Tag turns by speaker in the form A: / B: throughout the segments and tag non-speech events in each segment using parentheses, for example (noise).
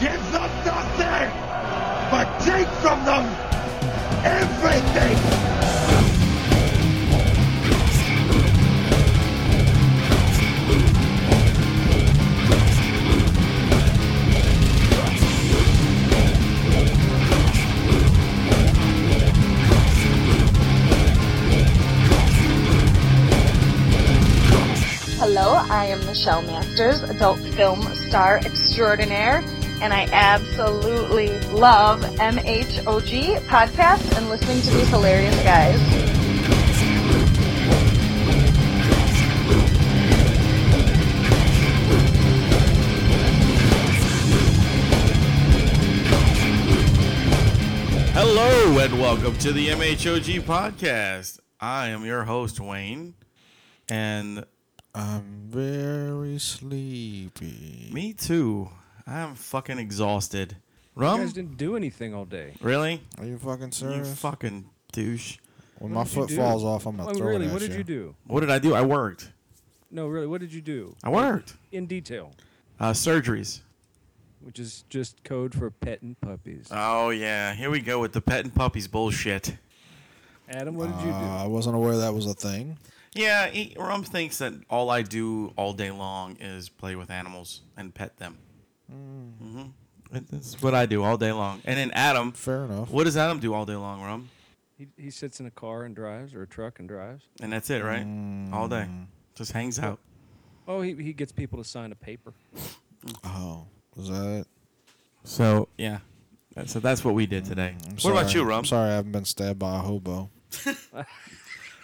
A: Give them nothing, but take from them everything.
B: Hello, I am Michelle Masters, adult film star extraordinaire, and I absolutely love MHOG podcasts and listening to these hilarious guys.
C: Hello and welcome to the MHOG podcast. I am your host Wayne, and
D: I'm very sleepy.
C: me too. I'm fucking exhausted.
E: You
D: Um,
C: Rum,
E: guys didn't do anything all day.
C: really?
D: Are you fucking
C: You
D: serious?
C: fucking douche.
D: when my
E: did you
D: foot
E: do?
D: falls off, I'm gonna
E: Oh,
D: throw
E: really,
D: it at
E: what did you do?
C: What did I do? I worked.
E: No, really, what did you do?
C: I worked.
E: In detail,
C: Uh, surgeries.
E: which is just code for petting puppies.
C: Oh yeah, here we go with the pet and puppies bullshit.
E: Adam, what did you
D: Uh,
E: do?
D: I wasn't aware that was a thing.
C: Yeah, he, Rum thinks that all I do all day long is play with animals and pet them. Mm-hmm. That's what I do all day long. And then Adam,
D: Fair enough.
C: what does Adam do all day long, Rum?
E: He, he sits in a car and drives, or a truck and drives.
C: And that's it, right? All day. Just hangs out.
E: Oh, he, he gets people to sign a paper.
D: Oh, was that it?
C: So, yeah. That- So that's what we did today.
D: I'm
C: what
D: sorry.
C: about you,
D: I'm
C: Rum?
D: sorry, I haven't been stabbed by a hobo.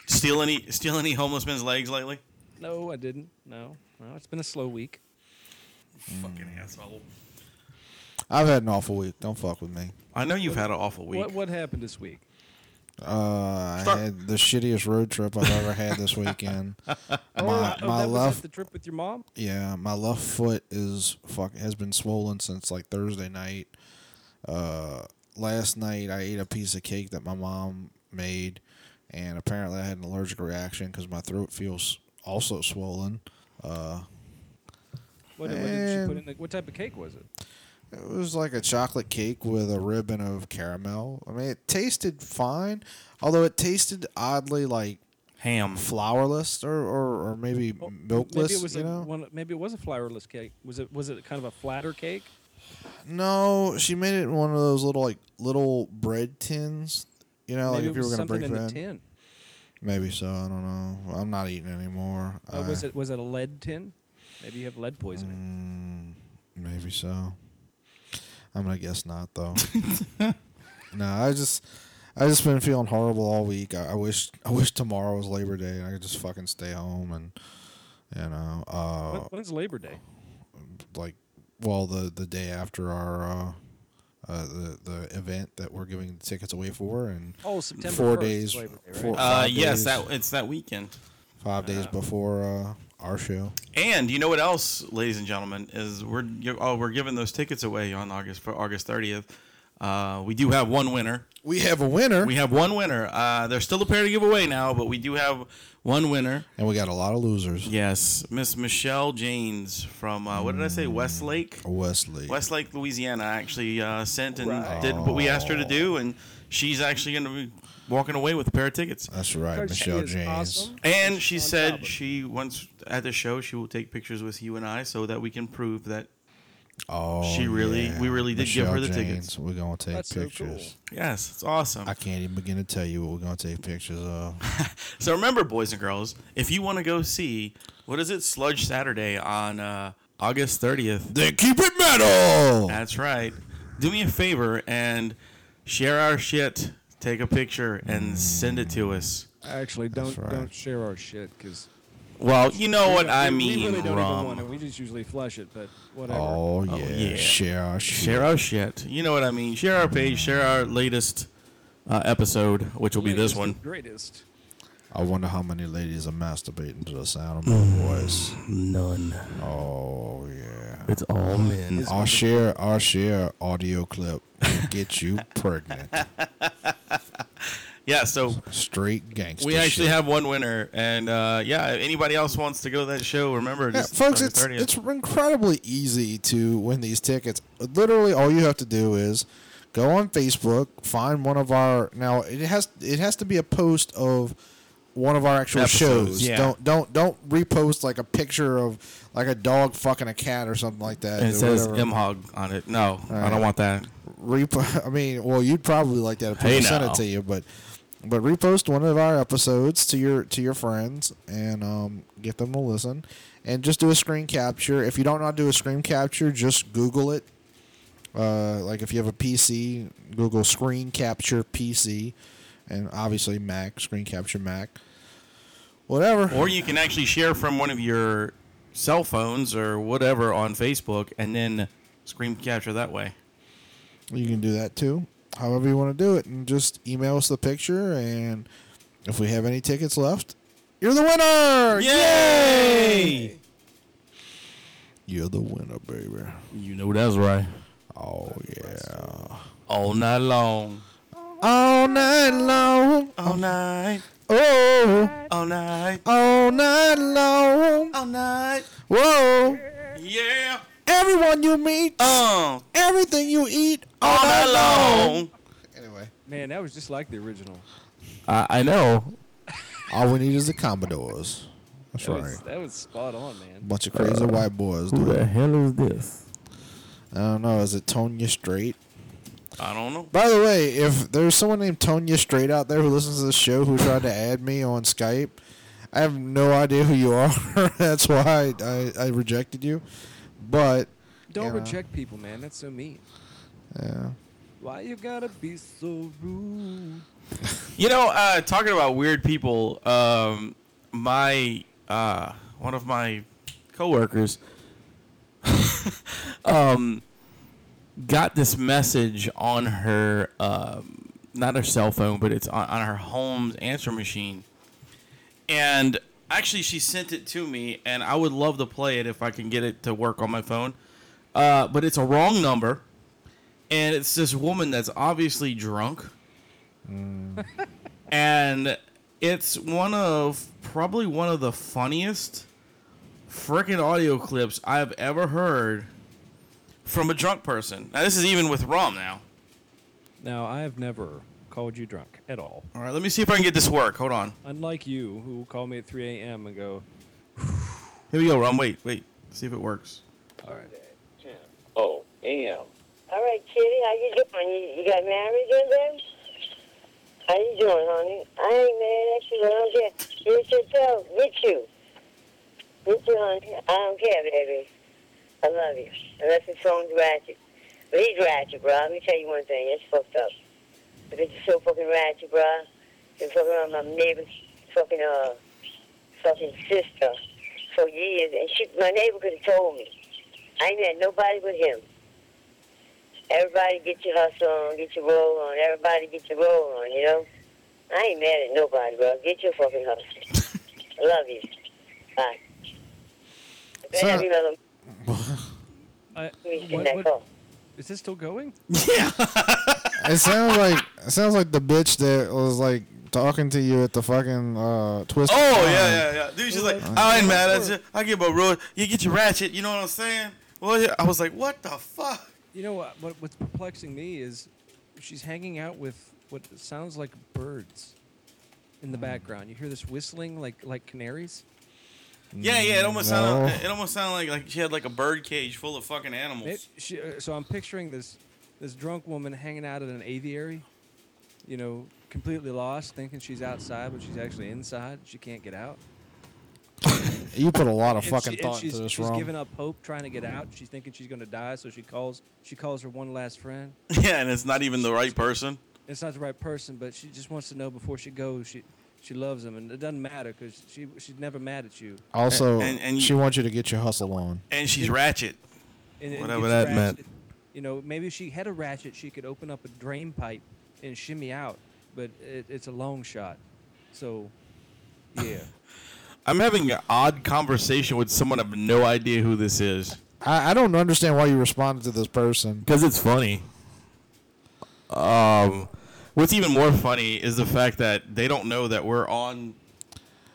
C: Steal any steal any homeless men's legs lately?
E: No, I didn't. No, no, it's been a slow week.
C: Fucking asshole.
D: I've had an awful week. Don't fuck with me.
C: I know you've had an awful week.
E: What what happened this week?
D: Uh, I
C: Start-
D: had the shittiest road trip I've ever had
E: (laughs)
D: this weekend.
E: Oh,
D: my
E: oh,
D: my
E: that was at
D: left
E: the trip with your mom.
D: Yeah, my left foot is fuck has been swollen since like Thursday night. Uh, last night I ate a piece of cake that my mom made, and apparently I had an allergic reaction because my throat feels also swollen. Uh,
E: What, what did she put
D: Man.
E: in? The, what type of cake was it?
D: it was like a chocolate cake with a ribbon of caramel. I mean, it tasted fine, although it tasted oddly like
C: Ham.
D: flourless or or, or maybe milkless.
E: Oh, Maybe it was
D: you
E: a,
D: know?
E: one. Maybe it was a flourless cake. Was it was it kind of a flatter cake?
D: No, she made it in one of those little like little bread tins. You know,
E: maybe
D: like if
E: it
D: you
E: was
D: were gonna
E: something
D: break
E: in a
D: bread.
E: tin.
D: Maybe so. I don't know. I'm not eating anymore.
E: Uh,
D: I-
E: was it was it a lead tin? Maybe you have lead poisoning.
D: Mm, maybe so. I'm gonna guess not
E: (laughs)
D: though. no, I just, I just been feeling horrible all week. I, I wish, I wish tomorrow was Labor Day and I could just fucking stay home and, you know, uh,
E: When- When's Labor Day?
D: like well the the day after our uh, uh the the event that we're giving tickets away for and
E: Oh, September
D: four
E: 1st is
D: days
E: Labor Day, right?
D: four,
C: Uh,
D: five
C: yes,
D: days-
C: that it's that weekend.
D: five days before uh our show
C: And you know what else, ladies and gentlemen, is we're gi- oh we're giving those tickets away on August for August 30th. Uh, we do have one winner.
D: we have a winner
C: We have one winner. Uh, there's still a pair to give away now, but we do have one winner.
D: and we got a lot of losers
C: Yes, Miss Michelle Janes from uh, what did I say, Westlake,
E: Oh,
D: wesley
C: Westlake, Louisiana. Actually uh, sent and did what we asked her to do, and she's actually going to be walking away with a pair of tickets.
D: that's right
E: Because she
D: michelle
E: is
D: james
E: awesome.
C: And
E: She's
C: she
E: on
C: said
E: top of it.
C: she once at the show she will take pictures with you and I so that we can prove that
D: oh
C: She really-
D: yeah.
C: we really did give
D: Michelle
C: her the
D: james.
C: tickets.
D: we're gonna take
E: That's so
D: pictures
C: yes, it's awesome.
D: i can't even begin to tell you what we're gonna take pictures of
C: (laughs) So remember, boys and girls, if you want to go see what is it, Sludge Saturday on uh, August 30th.
D: then keep it metal
C: That's right. Do me a favor and share our shit. Take a picture and send it to us.
E: Actually, don't
D: right.
E: don't share our shit because
C: Well, you know what I
E: We
C: mean,
E: really don't even want it.
C: Rum.
E: We just usually flush it, but whatever.
D: oh yeah,
C: yeah.
D: share our shit.
C: Share our shit. You know what I mean. Share our page. Share our latest uh, episode, which will be this
E: Latest
C: one.
E: and Greatest.
D: I wonder how many ladies are masturbating to the sound of
C: Mm.
D: my voice.
C: None.
D: Oh yeah.
C: It's all men.
D: I'll share our share audio clip will get you pregnant.
C: Yeah, so
D: (laughs) Straight gangster.
C: we actually
D: shit.
C: have one winner, and uh, yeah, if anybody else wants to go to that show, remember,
D: Yeah,
C: just
D: folks,
C: on the
D: it's
C: 30th.
D: it's incredibly easy to win these tickets. Literally, all you have to do is go on Facebook, find one of our now it has it has to be a post of one of our actual
C: Episodes,
D: shows.
C: yeah.
D: Don't don't don't repost like a picture of like a dog fucking a cat or something like that.
C: and it
D: or
C: says
D: whatever.
C: M Hog on it. No, I don't
D: right.
C: want that.
D: repo- (laughs) I mean, well, you'd probably like that if people
C: Hey,
D: sent
C: now.
D: it to you, but but repost one of our episodes to your to your friends and um, get them to listen, and just do a screen capture. If you don't know how to do a screen capture, just Google it. Uh, like if you have a PC, Google screen capture PC, and obviously Mac screen capture Mac. Whatever.
C: Or you can actually share from one of your cell phones or whatever on Facebook, and then screen capture that way.
D: You can do that too. However you want to do it, and just email us the picture, and if we have any tickets left, you're the winner.
C: Yay!
D: You're the winner, baby.
C: You know that's right.
D: Oh yeah.
C: All night long.
D: All night long.
C: All night.
D: Oh.
C: All night.
D: All night long.
C: All night.
D: Whoa.
C: Yeah.
D: Everyone you meet, uh,
C: Oh.
D: everything you eat, all,
C: All
D: night
C: night long.
D: Anyway,
E: Man, that was just like the original.
C: I, I know.
D: all we need is the Commodores. That's
E: That
D: right.
E: was, that was spot on, man.
D: Bunch of crazy white boys. Dude.
C: Uh, hell is this?
D: I don't know. Is it Tonya Straight?
C: I don't know.
D: By the way, if there's someone named Tonya Straight out there who listens to this show who tried to add me on Skype, I have no idea who you are. (laughs) That's why I, I, I rejected you. But
E: Don't
D: Yeah.
E: reject people, man. That's so mean.
D: yeah,
E: Why you gotta be so rude?
C: You know, uh, talking about weird people, um, my uh, one of my coworkers (laughs) um, got this message on her um, not her cell phone, but it's on, on her home's answer machine, and actually she sent it to me, and I would love to play it if I can get it to work on my phone, uh, but it's a wrong number, and it's this woman that's obviously drunk and it's one of probably one of the funniest freaking audio clips I've ever heard from a drunk person. Now this is even with Rom now.
E: Now, I have never called you drunk at all.
C: All right, let me see if I can get this to work. Hold on.
E: Unlike you, who call me at 3 a.m. and go,
C: Here we go, Rom. Wait, wait. See if it works.
E: all right.
F: Oh, AM.
G: All right, Kitty, how you doing? You, you got married and them? How you doing, honey? I ain't mad at you. I don't care. Get yourself. Get you. Get you, honey. I don't care, baby. I love you. Unless it's phone's ratchet. But he's ratchet, bro. Let me tell you one thing. It's fucked up. The bitch is so fucking ratchet, bro. Been fucking around my neighbor's fucking, uh, fucking sister for years. And she, my neighbor could have told me. I ain't had nobody but him. Everybody get your hustle on, get your roll on. Everybody get your roll on, you know? I ain't mad at nobody, bro. Get your fucking hustle. I love you. Bye.
D: So-
G: Every other
E: I,
G: week in
E: what-
G: that
E: what-
G: call.
E: is this still going?
C: Yeah.
D: it sounds like it sounds like the bitch that was like talking to you at the fucking uh, twist.
C: (laughs) Oh
D: Arm.
C: yeah, yeah, yeah. Dude, she's like, I ain't mad at you. I give a road. You get your ratchet. You know what I'm saying? Well, yeah. I was like, what the fuck?
E: You know uh, what, what? What's perplexing me is she's hanging out with what sounds like birds in
D: Hmm.
E: the background. You hear this whistling like like canaries.
C: Yeah, yeah. It almost sounded.
D: No.
C: It almost sounded like like she had like a bird cage full of fucking animals.
E: It, she, uh, so I'm picturing this this drunk woman hanging out at an aviary, you know, completely lost, thinking she's outside, but she's actually inside. She can't get out.
D: You put a lot of
E: And
D: fucking
E: she- and
D: thought
E: she's,
D: into this,
E: she's
D: wrong.
E: giving up hope, trying to get out. She's thinking she's gonna die, so she calls. She calls her one last friend.
C: (laughs) Yeah, and it's not even the right person.
E: it's not the right person, but she just wants to know before she goes. She she loves him, and it doesn't matter because she she's never mad at you.
D: Also,
C: and- and you-
D: she wants you to get your hustle on.
C: And she's ratchet.
E: And, and
C: Whatever
E: gets
C: that
E: ratchet-
C: meant.
E: You know, maybe if she had a ratchet, she could open up a drain pipe and shimmy out, but it, it's a long shot. So,
C: (laughs)
E: yeah.
C: I'm having an odd conversation with someone. I have no idea who this is
D: I, I don't understand why you responded to this person.
C: because it's funny. Um, What's even more funny is the fact that they don't know that we're on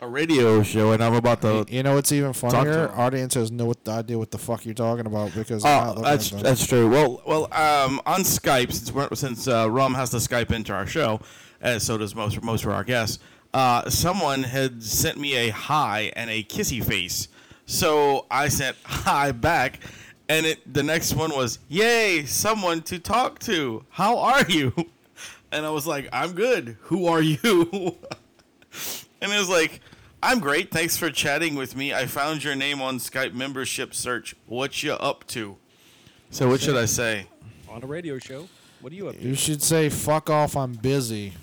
C: a radio show and I'm about to.
D: You know what's even
C: to
D: funnier?
C: him.
D: Audience has no idea what the fuck you're talking about because they're not
C: Oh,
D: looking
C: that's
D: at them.
C: that's true. Well, well, um, on Skype since we're, since uh, Rum has to Skype into our show, and so does most most of our guests. Uh, someone had sent me a hi and a kissy face, so I sent (laughs) hi back, and it the next one was yay someone to talk to. How are you? (laughs) And I was like, I'm good. Who are you? (laughs) and it was like, "I'm great. Thanks for chatting with me. I found your name on Skype membership search. What you up to?" So what should I say?
E: on a radio show. What are you up to?
D: you should say "fuck off." I'm busy.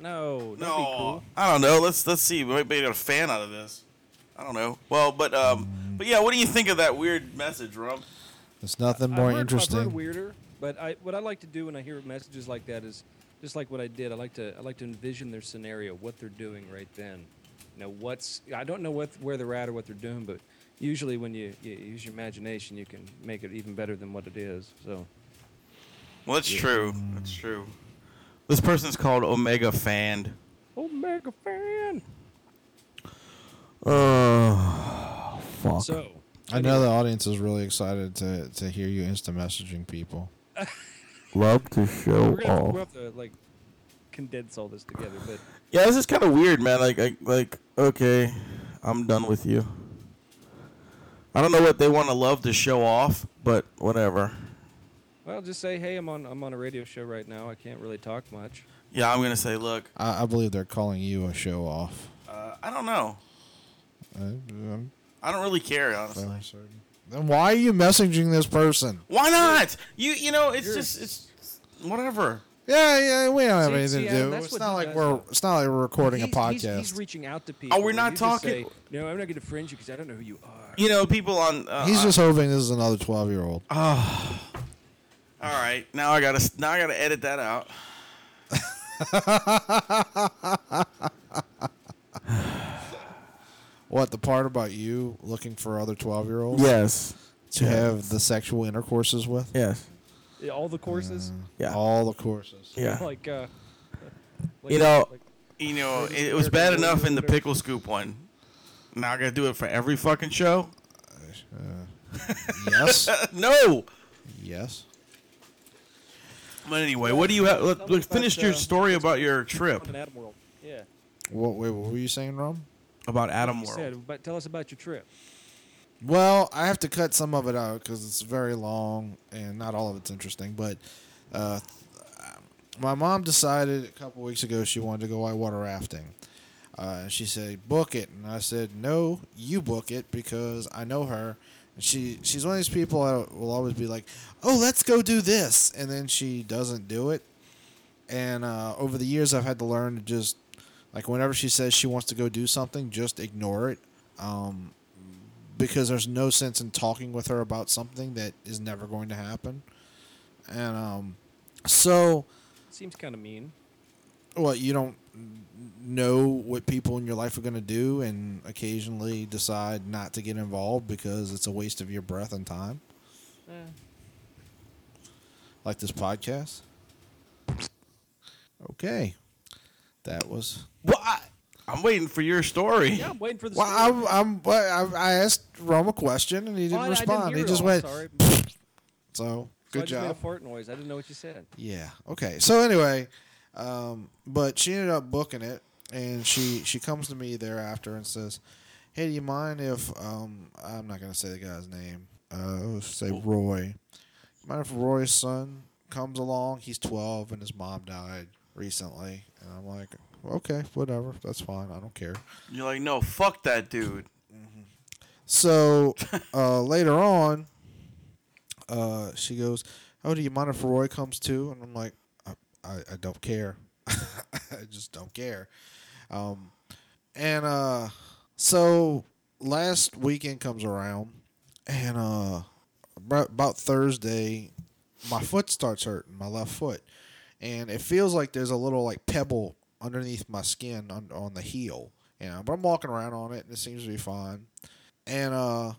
E: No, that'd
C: No,
E: be cool.
C: I don't know. Let's let's see. We might be able to fan out of this. I don't know. Well, but um, but yeah. What do you think of that weird message, Rump?
D: It's nothing
E: I've
D: more
E: heard- I've heard
D: interesting.
E: weirder, but I, what I like to do when I hear messages like that is just like what I did. I like to I like to envision their scenario, what they're doing right then. You know what's I don't know what where they're at or what they're doing, but usually when you, you use your imagination, you can make it even better than what it is. So
C: Well, that's true. That's true. This person's called Omega Fan.
E: Omega Oh, fan.
C: Oh, fuck.
E: So
D: I know the audience is really excited to to hear you instant messaging people.
C: Love to show
E: we're gonna we'll have to like condense all this together, but
C: Yeah, this is kind of weird, man. Like, like, like, okay, I'm done with you. I don't know what they want to love to show off, but whatever.
E: well, just say hey, I'm on I'm on a radio show right now. I can't really talk much.
C: Yeah, I'm gonna say, look,
D: I, I believe they're calling you a show off.
C: uh, I don't know.
D: I- I'm
C: I don't really care, honestly.
D: fairly certain. Then why are you messaging this person?
C: Why not? You, you know, it's
E: You're-
C: just, it's whatever.
D: Yeah, yeah, we don't have
E: See-
D: anything
E: see,
D: to
E: Adam,
D: do.
E: that's
D: It's
E: what
D: not
E: he
D: like
E: does,
D: we're
E: though.
D: it's not like we're recording a
E: He's-
D: podcast.
E: he's- He's, reaching out to people.
C: Oh, we're not
E: You just
C: talking-
E: say, no, I'm not going to friend you because I don't know who you are.
C: You know, people on. Uh,
D: He's just hoping this is another twelve year old.
E: uh,
C: All right, now I gotta, now I gotta edit that out.
D: What the part about you looking for other twelve year olds
C: Yes.
D: to have the sexual intercourses with?
C: Yes.
E: Yeah, All the courses,
D: Mm.
C: Yeah.
D: All the
C: (laughs)
D: courses.
C: Yeah.
E: like, uh, like,
C: You know-
E: like,
C: You know, it, it was bad enough in the pickle scoop one. Now I gotta do it for every fucking show. (laughs)
D: Yes.
C: No.
D: yes.
C: But anyway, what do you have? Look,
E: Tell me
C: look, finish
E: about,
C: your
E: uh,
C: story about your
E: on
C: trip
E: an Adam World. Yeah,
D: What? Wait, what were you saying, Rom?
C: about Adam
E: you
C: World.
E: said. But tell us about your trip.
D: Well, I have to cut some of it out because it's very long and not all of it's interesting. But uh, my mom decided a couple weeks ago she wanted to go white water rafting. Uh, and she said, "Book it," and I said, "No, you book it because I know her." And she she's one of these people that will always be like, "Oh, let's go do this," and then she doesn't do it. And uh, over the years, I've had to learn to just like whenever she says she wants to go do something, just ignore it. Um, because there's no sense in talking with her about something that is never going to happen. And um, so,
E: Seems kind of mean.
D: what you don't n- know what people in your life are going to do, and occasionally decide not to get involved because it's a waste of your breath and time,
E: Eh, Mm.
D: like this podcast. Okay, that was.
C: Well, I, I'm waiting for your story.
E: yeah, I'm waiting for the.
D: Well,
E: story.
D: I'm, I'm, well, I I asked Rome a question and he
E: Oh,
D: didn't
E: I- I
D: respond.
E: hear
D: he
E: it
D: just
E: all,
D: went.
E: Sorry.
D: So
E: So I
D: good
E: just Made a
D: job.
E: fart noise. I didn't know what you said.
D: Yeah. Okay. So anyway, um, but she ended up booking it, and she she comes to me thereafter and says, "Hey, do you mind if um, I'm not gonna say the guy's name? Uh, let's say Roy. Mind if Roy's son comes along? He's 12 and his mom died recently." And I'm like, "Okay, whatever. That's fine. I don't care."
C: You're like, no, fuck that dude.
D: So uh, later on, uh, she goes, "Oh, do you mind if Roy comes too?" And I'm like, "I, I, I don't care. (laughs) I just don't care." Um, and uh, so last weekend comes around, and uh, about, about Thursday, my foot starts hurting, my left foot, and it feels like there's a little like pebble underneath my skin on, on the heel. You know, but I'm walking around on it, and it seems to be fine and uh,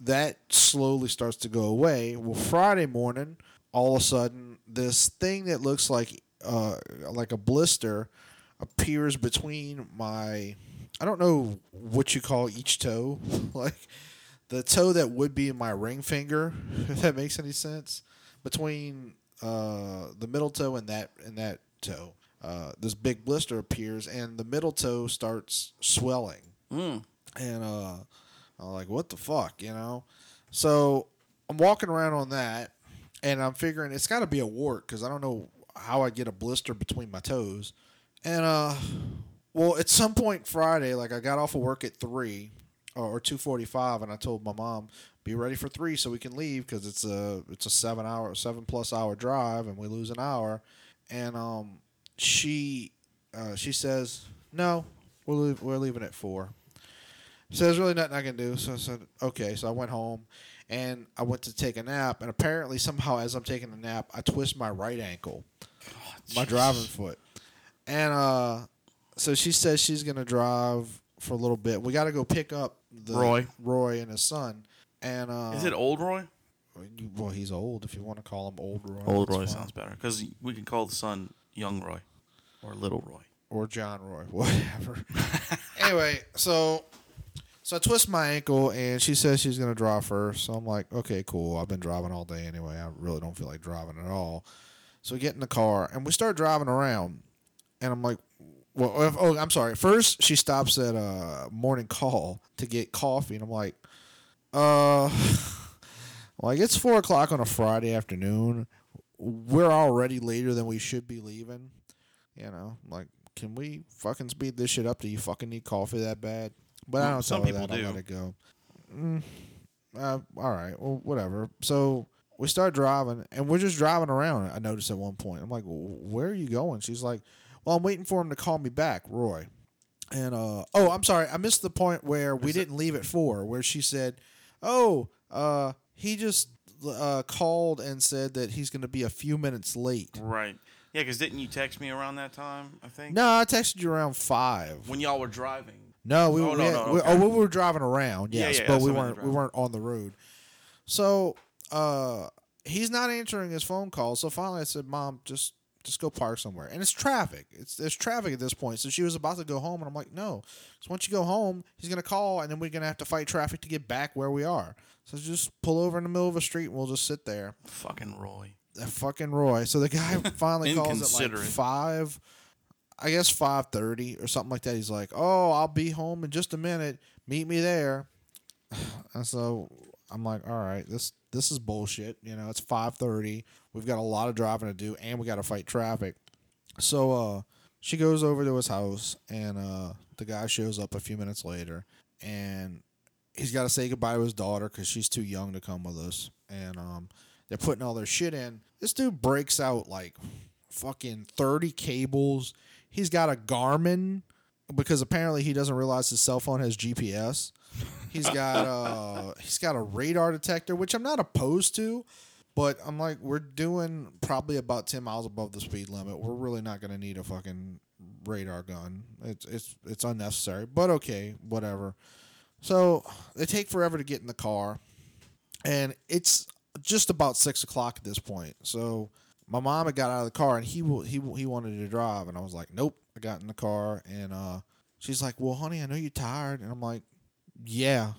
D: that slowly starts to go away. Well, Friday morning, all of a sudden, this thing that looks like uh, like a blister appears between my I don't know what you call each toe, (laughs) like the toe that would be my ring finger, (laughs) if that makes any sense, between uh, the middle toe and that and that toe. Uh, this big blister appears, and the middle toe starts swelling. And uh, I'm like, what the fuck, you know? So I'm walking around on that, and I'm figuring it's got to be a wart because I don't know how I get a blister between my toes. And uh, well, at some point Friday, like I got off of work at three or, or two forty-five, and I told my mom, "Be ready for three so we can leave because it's a it's a seven-hour, seven-plus-hour drive, and we lose an hour." And um, she uh, she says, "No, we're leave, we're leaving at four. So there's really nothing I can do. So I said, okay. So I went home and I went to take a nap. And apparently, somehow, as I'm taking a nap, I twist my right ankle,
C: Oh,
D: my driving foot. And uh, so she says she's going to drive for a little bit. We got to go pick up the
C: Roy.
D: Roy and his son. And uh,
C: Is it Old Roy?
D: Well, he's old if you want to call him Old Roy.
C: Old
D: that's
C: Roy
D: fine.
C: sounds better because we can call the son Young Roy or Little Roy.
D: or John Roy, (laughs) whatever. anyway, so so I twist my ankle, and she says she's gonna drive first. So I'm like, okay, cool. I've been driving all day anyway. I really don't feel like driving at all. So we get in the car, and we start driving around, and I'm like, well, if- oh, I'm sorry. First, she stops at a morning call to get coffee, and I'm like, uh, (sighs) like it's four o'clock on a Friday afternoon. We're already later than we should be leaving. You know, like, can we fucking speed this shit up? Do you fucking need coffee that bad? But I
C: Mm,
D: don't
C: some
D: tell her
C: people
D: that. I
C: do.
D: let it go. Mm, uh, all right. Well, whatever. So we start driving, and we're just driving around. I noticed at one point. I'm like, where are you going? She's like, well, I'm waiting for him to call me back, Roy. And uh, oh, I'm sorry, I missed the point where we didn't leave at four, where she said, "Oh, uh, he just uh, called and said that he's going to be a few minutes late."
C: Right. Yeah, because didn't you text me around that time? I think.
D: No, I texted you around five.
C: When y'all were driving.
D: No, we,
C: Oh,
D: we,
C: no,
D: had-
C: no,
D: we-
C: okay.
D: oh, we were driving around,
C: Yeah,
D: yes,
C: yeah,
D: but
C: that's
D: we
C: what I meant,
D: weren't we
C: driving.
D: weren't on the road. So uh, he's not answering his phone calls. So finally, I said, "Mom, just just go park somewhere." And it's traffic. It's there's traffic at this point. So she was about to go home, and I'm like, "No." So once you go home, he's gonna call, and then we're gonna have to fight traffic to get back where we are. So just pull over in the middle of a street, and we'll just sit there
C: Fucking Roy.
D: that fucking Roy. So the guy finally calls at like
C: Inconsiderate.
D: five, I guess five thirty or something like that. He's like, "Oh, I'll be home in just a minute. Meet me there." (sighs) And so I'm like, "All right, this this is bullshit. You know, it's five thirty. We've got a lot of driving to do, and we got to fight traffic." So uh, she goes over to his house, and uh, the guy shows up a few minutes later, and he's got to say goodbye to his daughter because she's too young to come with us. And um, they're putting all their shit in. This dude breaks out like fucking 30 cables. He's got a Garmin because apparently he doesn't realize his cell phone has GPS. He's got uh (laughs) he's got a radar detector, which I'm not opposed to, but I'm like we're doing probably about 10 miles above the speed limit. We're really not going to need a fucking radar gun. It's it's it's unnecessary, but okay, whatever. So they take forever to get in the car, and it's just about six o'clock at this point. So my mom had got out of the car, and he wa- he wa- he wanted to drive, and I was like, nope. I got in the car, and uh, she's like, well, honey, I know you're tired, and I'm like, yeah,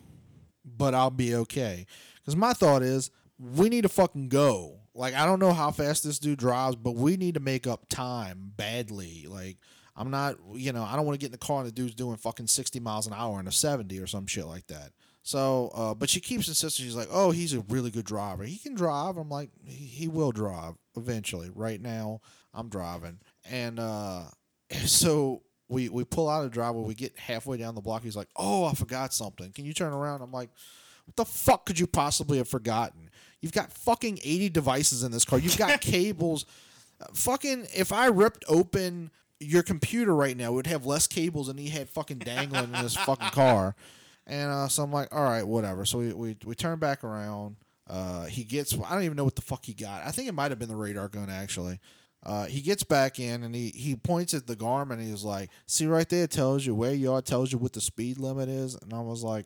D: but I'll be okay. Because my thought is, we need to fucking go. Like, I don't know how fast this dude drives, but we need to make up time badly. Like, I'm not, you know, I don't want to get in the car and the dude's doing fucking 60 miles an hour and a 70 or some shit like that. So, uh, but she keeps insisting. She's like, oh, he's a really good driver. He can drive. I'm like, he, he will drive eventually. Right now, I'm driving. And, uh, (laughs) so we we pull out of the driveway. We get halfway down the block. He's like, "Oh, I forgot something. Can you turn around?" I'm like, "What the fuck could you possibly have forgotten? You've got fucking eighty devices in this car. You've got cables. Uh, Fucking if I ripped open your computer right now, it would have less cables than he had fucking dangling in this fucking car." And uh, so I'm like, "All right, whatever." So we we, we turn back around. Uh, he gets. I don't even know what the fuck he got. I think it might have been the radar gun actually. Uh, he gets back in and he, he points at the Garmin and he's like, "See right there, it tells you where you are, tells you what the speed limit is." And I was like,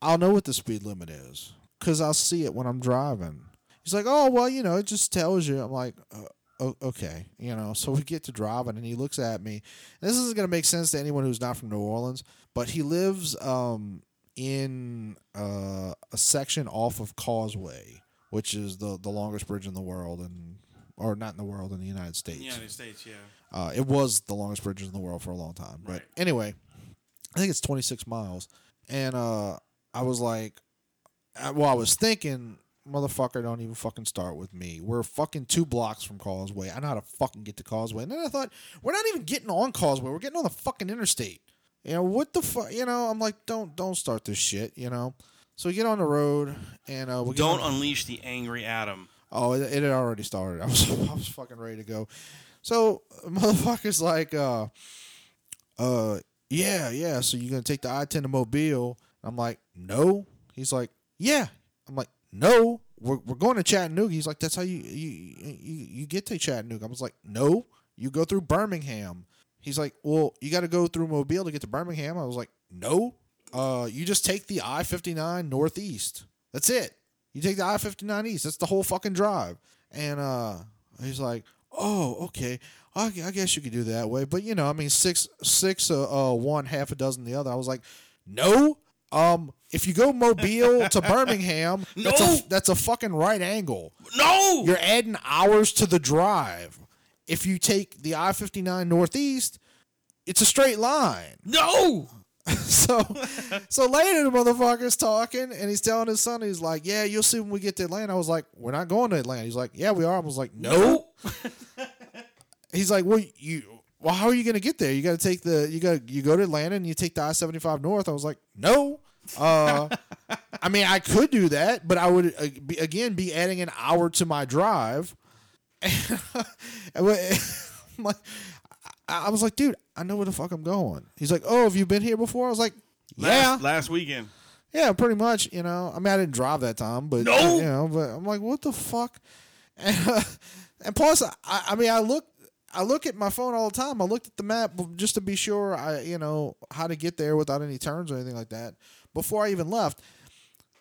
D: "I'll know what the speed limit is because I'll see it when I'm driving." He's like, "Oh well, you know, it just tells you." I'm like, uh, o- okay, you know. So we get to driving, and he looks at me. This isn't gonna make sense to anyone who's not from New Orleans, but he lives um, in uh, a section off of Causeway, which is the the longest bridge in the world, and or not in the world in the United States.
C: United States, yeah.
D: Uh, it was the longest bridge in the world for a long time.
C: Right.
D: But anyway, I think it's 26 miles. And uh, I was like, I- well, I was thinking, motherfucker, don't even fucking start with me. We're fucking two blocks from Causeway. I know how to fucking get to Causeway. And then I thought, we're not even getting on Causeway. We're getting on the fucking interstate. You know what the fuck? You know, I'm like, don't don't start this shit. You know. So we get on the road and uh, we get
C: Don't
D: on-
C: unleash the angry Adam.
D: Oh, it, it had already started. (laughs) I was, I was fucking ready to go. So (laughs) motherfuckers like, uh, uh, yeah, yeah. So you're gonna take the I-10 to Mobile? I'm like, no. He's like, yeah. I'm like, no. We're, we're going to Chattanooga. He's like, that's how you you you, you get to Chattanooga. I was like, no. You go through Birmingham. He's like, well, you got to go through Mobile to get to Birmingham. I was like, no. Uh, you just take the I 59 northeast. That's it. You take the I 59 east. That's the whole fucking drive. And uh, he's like, oh, okay. I, I guess you could do that way. But, you know, I mean, six, six, uh, uh, one, half a dozen the other. I was like, no. Um, if you go Mobile to Birmingham, that's,
C: No.
D: a, that's a fucking right angle.
C: No!
D: You're adding hours to the drive. If you take the I 59 Northeast, it's a straight line. (laughs)
C: no!
D: so so later the motherfucker's talking and he's telling his son, he's like, Yeah, you'll see when we get to Atlanta. I was like, We're not going to Atlanta. He's like, Yeah, we are. I was like, No. he's like, Well, you well, how are you gonna get there? You gotta take the you gotta you go to Atlanta and you take the I seventy five north. I was like, No. Uh I mean, I could do that, but I would uh, be, again be adding an hour to my drive. (laughs) And I wa- (laughs) I'm like, I I was like, dude, I know where the fuck I'm going. He's like, oh, have you been here before? I was like, yeah,
C: Last, last weekend.
D: yeah, pretty much. You know, I mean, I didn't drive that time, but
C: No!
D: you know, but I'm like, what the fuck? And, (laughs) uh, and plus, I, I mean, I look, I look at my phone all the time. I looked at the map just to be sure I, you know, how to get there without any turns or anything like that before I even left.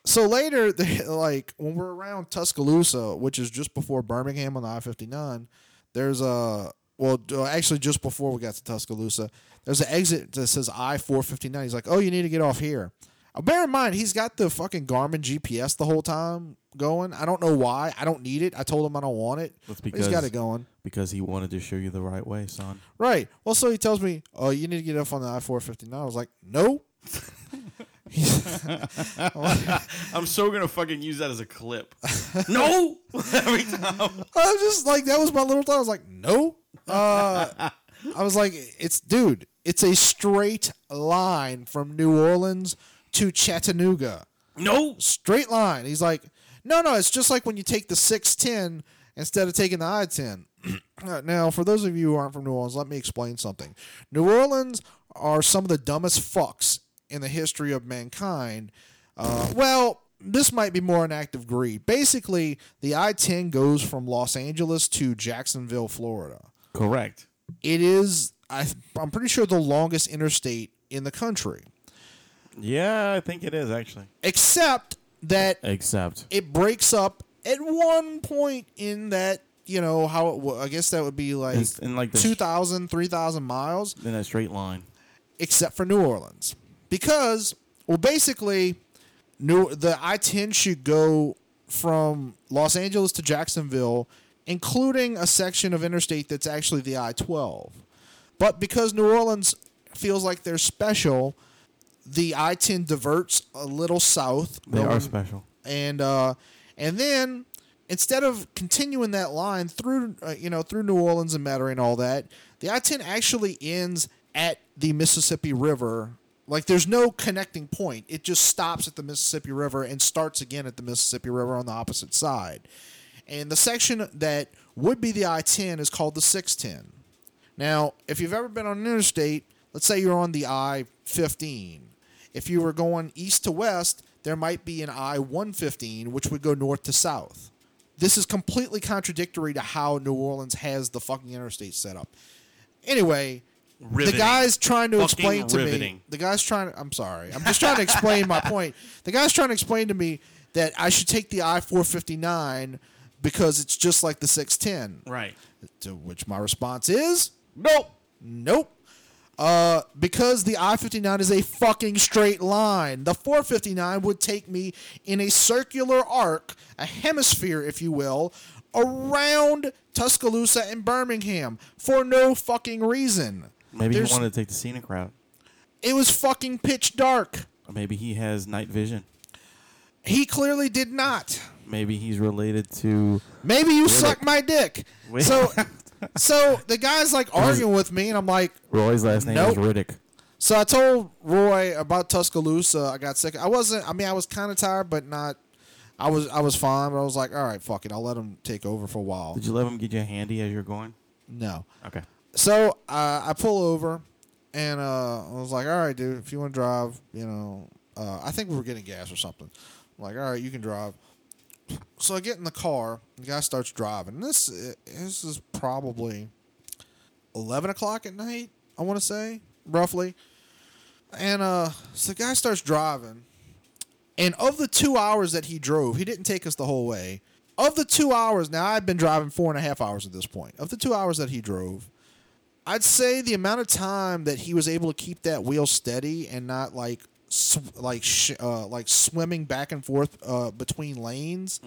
D: So later, (laughs) they- like when we're around Tuscaloosa, which is just before Birmingham on the I-59, there's a well, d- uh, actually just before we got to Tuscaloosa, there's an exit that says I-459. He's like, "Oh, you need to get off here." Uh, bear in mind, he's got the fucking Garmin GPS the whole time going. I don't know why. I don't need it. I told him I don't want it.
C: That's
D: but he's got
C: because-
D: it going.
C: Because he wanted to show you the right way, son.
D: Right. Well, so he tells me, "Oh, you need to get off on the I-459." I was like, "No." (laughs)
C: (laughs) I'm so gonna fucking use that as a clip. (laughs) no, (laughs) every time.
D: I was just like, that was my little thought. I was like, no. Uh, I was like, it's dude, it's a straight line from New Orleans to Chattanooga.
C: No,
D: Straight line. He's like, no, no, it's just like when you take the 610 instead of taking the I (clears throat) 10. now, for those of you who aren't from New Orleans, let me explain something. New Orleans are some of the dumbest fucks in the history of mankind. Uh, well, this might be more an act of greed. Basically, the I 10 goes from Los Angeles to Jacksonville, Florida.
C: correct.
D: It is, I, I'm pretty sure, the longest interstate in the country,
C: Yeah, I think it is actually.
D: except that
C: Except
D: it breaks up at one point in that you know how it wa- I guess that would be like
C: It's in like the-
D: 2,000 3,000 miles
C: in that straight line.
D: except for New Orleans because well basically New the I-10 should go from Los Angeles to Jacksonville including a section of interstate that's actually the I-12 but because New Orleans feels like they're special the I-10 diverts a little south
C: They are
D: going-
C: special.
D: and uh, and then instead of continuing that line through uh, you know through New Orleans and Metairie and all that, the I-10 actually ends at the Mississippi River. Like there's no connecting point. It just stops at the Mississippi River and starts again at the Mississippi River on the opposite side. And the section that would be the I-10 is called the 610. Now, if you've ever been on an interstate, let's say you're on the I 15. If you were going east to west, there might be an I 115, which would go north to south. This is completely contradictory to how New Orleans has the fucking interstate set up. Anyway, the
C: Riveting.
D: guy's trying to
C: Fucking
D: explain to
C: riveting.
D: me. The guy's trying. I'm sorry. I'm just trying to explain my point. The guy's trying to explain to me that I should take the I 459 because it's just like the 610.
C: Right.
D: To which my response is nope, nope. Uh, because the I 59 is a fucking straight line. The 459 would take me in a circular arc, a hemisphere, if you will, around Tuscaloosa and Birmingham for no fucking reason.
C: Maybe
D: There's-
C: he wanted to take the scenic route.
D: It was fucking pitch dark.
C: Or Maybe he has night vision.
D: He clearly did not.
C: Maybe he's related to.
D: Maybe you
C: Really?
D: suck my dick.
C: Wait. (laughs)
D: So, so the guy's like arguing with me, and I'm like,
C: Roy's last name is
D: Nope.
C: Riddick.
D: so I told Roy about Tuscaloosa. I got sick. I wasn't. I mean, I was kind of tired, but not. I was. I was fine, but I was like, all right, fuck it. I'll let him take over for a while.
C: Did you let him get you a handy as you're going?
D: No.
C: Okay.
D: So uh, I pull over, and uh, I was like, "All right, dude, if you want to drive, you know, uh, I think we were getting gas or something." I'm like, "All right, you can drive." So I get in the car. The guy starts driving. This i- this is probably eleven o'clock at night. I want to say roughly. And uh, so the guy starts driving, and of the two hours that he drove, he didn't take us the whole way. Of the two hours, now I've been driving four and a half hours at this point. Of the two hours that he drove, I'd say the amount of time that he was able to keep that wheel steady and not like sw- like sh- uh, like swimming back and forth uh, between lanes,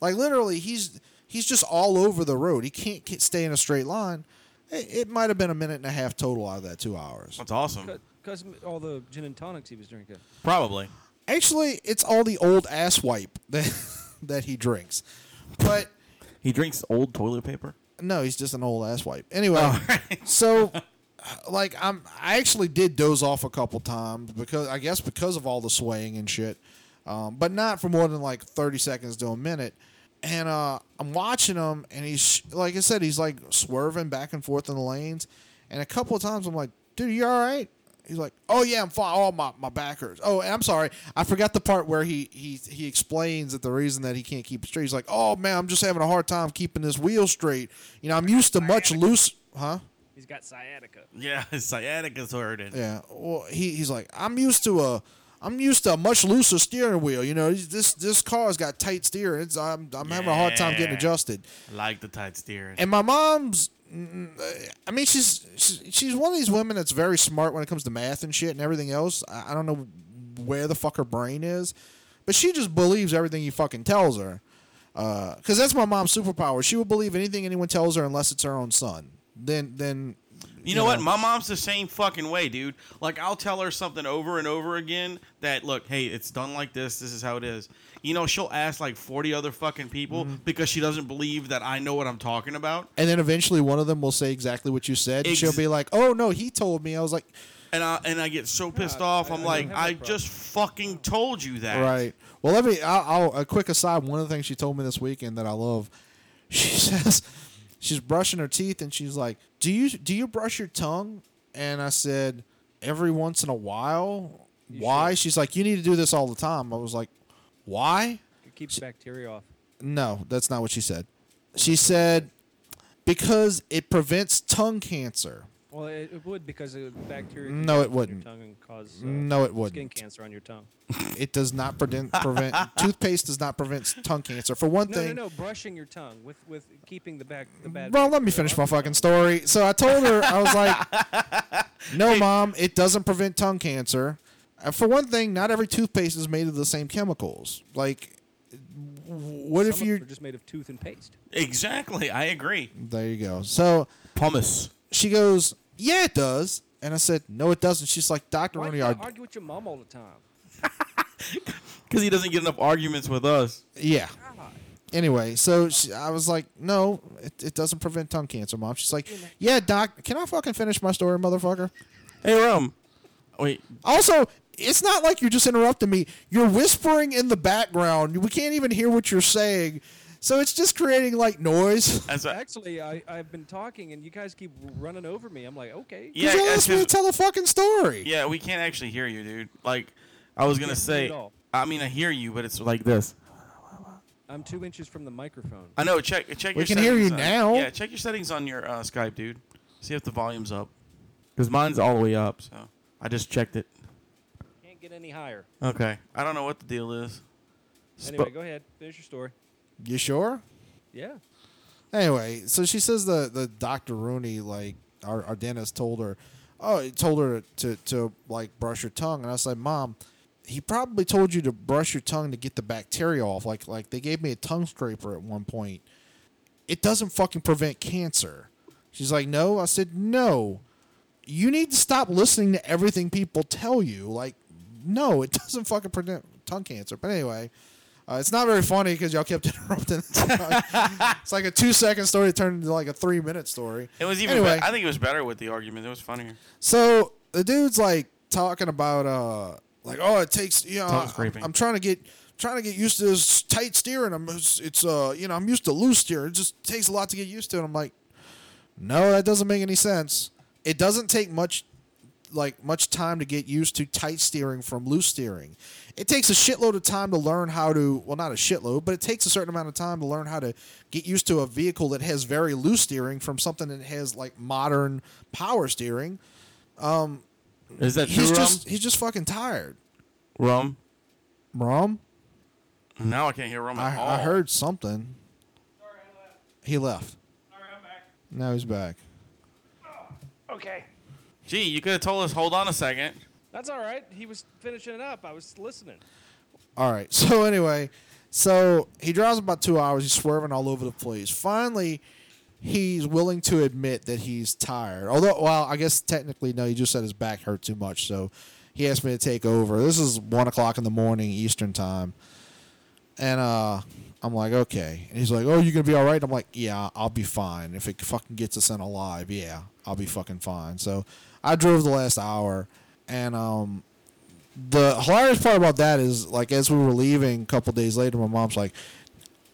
D: like literally he's he's just all over the road. He can't, ca- stay in a straight line. It, it might have been a minute and a half total out of that two hours.
C: That's awesome.
E: Because all the gin and tonics he was drinking.
C: Probably.
D: Actually, it's all the old ass wipe that (laughs) that he drinks, but.
C: He drinks old toilet paper.
D: No, he's just an old ass wipe. Anyway, so like I'm, I actually did doze off a couple times because I guess because of all the swaying and shit, um, but not for more than like thirty seconds to a minute. And uh, I'm watching him, and he's like I said, he's like swerving back and forth in the lanes. And a couple of times, I'm like, "Dude, you all right?" He's like, "Oh yeah, I'm fine. Oh my my back hurts. Oh, and I'm sorry, I forgot the part where he he he explains that the reason that he can't keep it straight. He's like, "Oh man, I'm just having a hard time keeping this wheel straight. You know, I'm used to much loose, huh?
E: He's got sciatica.
C: Yeah, (laughs) his sciatica's hurting.
D: Yeah. Well, he he's like, I'm used to a. I'm used to a much looser steering wheel. You know, this this car's got tight steering. It's, I'm I'm having a hard time getting
C: Yeah.
D: adjusted.
C: I like the tight steering.
D: And my mom's, mm, I mean, she's she's she's one of these women that's very smart when it comes to math and shit and everything else. I, I don't know where the fuck her brain is, but she just believes everything you fucking tells her. Because that's my mom's superpower. She will believe anything anyone tells her unless it's her own son. Then then.
C: You know what? My mom's the same fucking way, dude. Like I'll tell her something over and over again that look, hey, it's done like this. This is how it is. You know, she'll ask like forty other fucking people because she doesn't believe that I know what I'm talking about.
D: And then eventually one of them will say exactly what you said. and
C: Ex-
D: she'll be like, oh, no, he told me. I was like,
C: And I and I get so pissed
E: I-
C: off.
E: I-
C: I'm
E: I
C: like,
E: don't have that
C: I just fucking told you that.
D: Right. Well, let me. I'll, I'll a quick aside. One of the things she told me this weekend that I love. (laughs) She says she's brushing her teeth and she's like, "Do you do you brush your tongue?" And I said, "Every once in a while." Why? She's like, "You need to do this all the time." I was like, "Why?"
E: It keeps bacteria off.
D: No, that's not what she said. She said, "Because it prevents tongue cancer."
E: Well, it, it would because the bacteria. can
D: No,
E: get
D: it
E: on
D: wouldn't.
E: Your tongue and cause uh,
D: No, it
E: skin
D: wouldn't.
E: cancer on your tongue.
D: It does not prevent
E: (laughs)
D: prevent toothpaste does not prevent tongue cancer. For one
E: No,
D: thing,
E: no, no. Brushing your tongue with with keeping the back the bad.
D: Well, let me
E: bacteria
D: finish
E: off
D: my
E: your
D: fucking
E: tongue.
D: story. So I told her, I was like,
E: (laughs)
D: no, mom, it doesn't prevent tongue cancer. Uh, For one thing, not every toothpaste is made of the same chemicals. Like, w- what if
E: Some of them
D: you.
E: are just made of tooth and paste.
C: Exactly. I agree.
D: There you go. So
C: Pumice.
D: she goes, yeah, it does. And I said, no, it doesn't. She's like, Dr.
E: Why do
D: Rooney,
E: you
D: our-
E: argue with your mom all the time?
C: Because he doesn't get enough arguments with us.
D: yeah.
E: God,
D: Anyway, so she, I was like, no, it, it doesn't prevent tongue cancer, mom. She's like, yeah, doc, can I fucking finish my story, motherfucker?
C: Hey, Rome. Wait.
D: Also, it's not like you're just interrupting me. You're whispering in the background. We can't even hear what you're saying. So it's just creating like noise.
C: That's a,
E: Actually, I I've been talking and you guys keep running over me. I'm like, okay.
C: yeah.
D: Yeah, you're
C: that's
D: listening to
C: 'cause-
D: tell a fucking story.
C: Yeah, we can't actually hear you, dude. Like, I was gonna
E: Can't hear
C: say,
E: you at all.
C: I mean, I hear you, but it's like this.
E: I'm two inches from the microphone.
C: I know. Check, check.
D: We
C: your
D: can hear you
C: settings on-
D: now.
C: Yeah, check your settings on your uh, Skype, dude. See if the volume's up. Cause mine's all the way up, so I just checked it.
E: Can't get any higher.
C: Okay. I don't know what the deal is. Sp-
E: Anyway, go ahead. Finish your story.
D: You sure?
E: Yeah.
D: Anyway, so she says the the Dr. Rooney, like our, our dentist told her, oh, he told her to, to like brush her tongue, and I was like, mom, he probably told you to brush your tongue to get the bacteria off. Like like they gave me a tongue scraper at one point. It doesn't fucking prevent cancer. She's like, no. I said, no. You need to stop listening to everything people tell you. Like, no, it (laughs) doesn't fucking prevent tongue cancer. But anyway, uh, it's not very funny because y'all kept (laughs) interrupting. it's like a two second story turned into like a three minute story.
C: It was even.
D: Anyway.
C: be- I think it was better with the argument. It was funnier.
D: So the dude's like talking about uh like oh it takes you know
C: Tongue
D: I-
C: scraping.
D: I'm trying to get trying to get used to this tight steering. I'm it's, it's uh you know I'm used to loose steering. It just takes a lot to get used to. And I'm like, no, that doesn't make any sense. It doesn't take much like much time to get used to tight steering from loose steering. It takes a shitload of time to learn how to well not a shitload, but it takes a certain amount of time to learn how to get used to a vehicle that has very loose steering from something that has like modern power steering.
C: Is that true,
D: He's
C: Rum?
D: just he's just fucking tired.
C: Rum?
D: Rum?
C: Now I can't hear Rum
D: I,
C: at all.
D: I heard something. He left. Now he's back.
E: Okay.
C: Gee, you could have told us. Hold on a second.
E: That's all right. He was finishing it up. I was listening.
D: All right. (laughs) So anyway, so he drives about two hours. He's swerving all over the place. Finally, he's willing to admit that he's tired. Although, well, I guess technically no. He just said his back hurt too much, so he asked me to take over. This is one o'clock in the morning Eastern time, and uh, I'm like, okay. And he's like, oh, you gonna be all right? I'm like, yeah, I'll be fine. If it fucking gets us in alive, yeah, I'll be fucking fine. So I drove the last hour, and um the hilarious part about that is like as we were leaving a couple days later my mom's like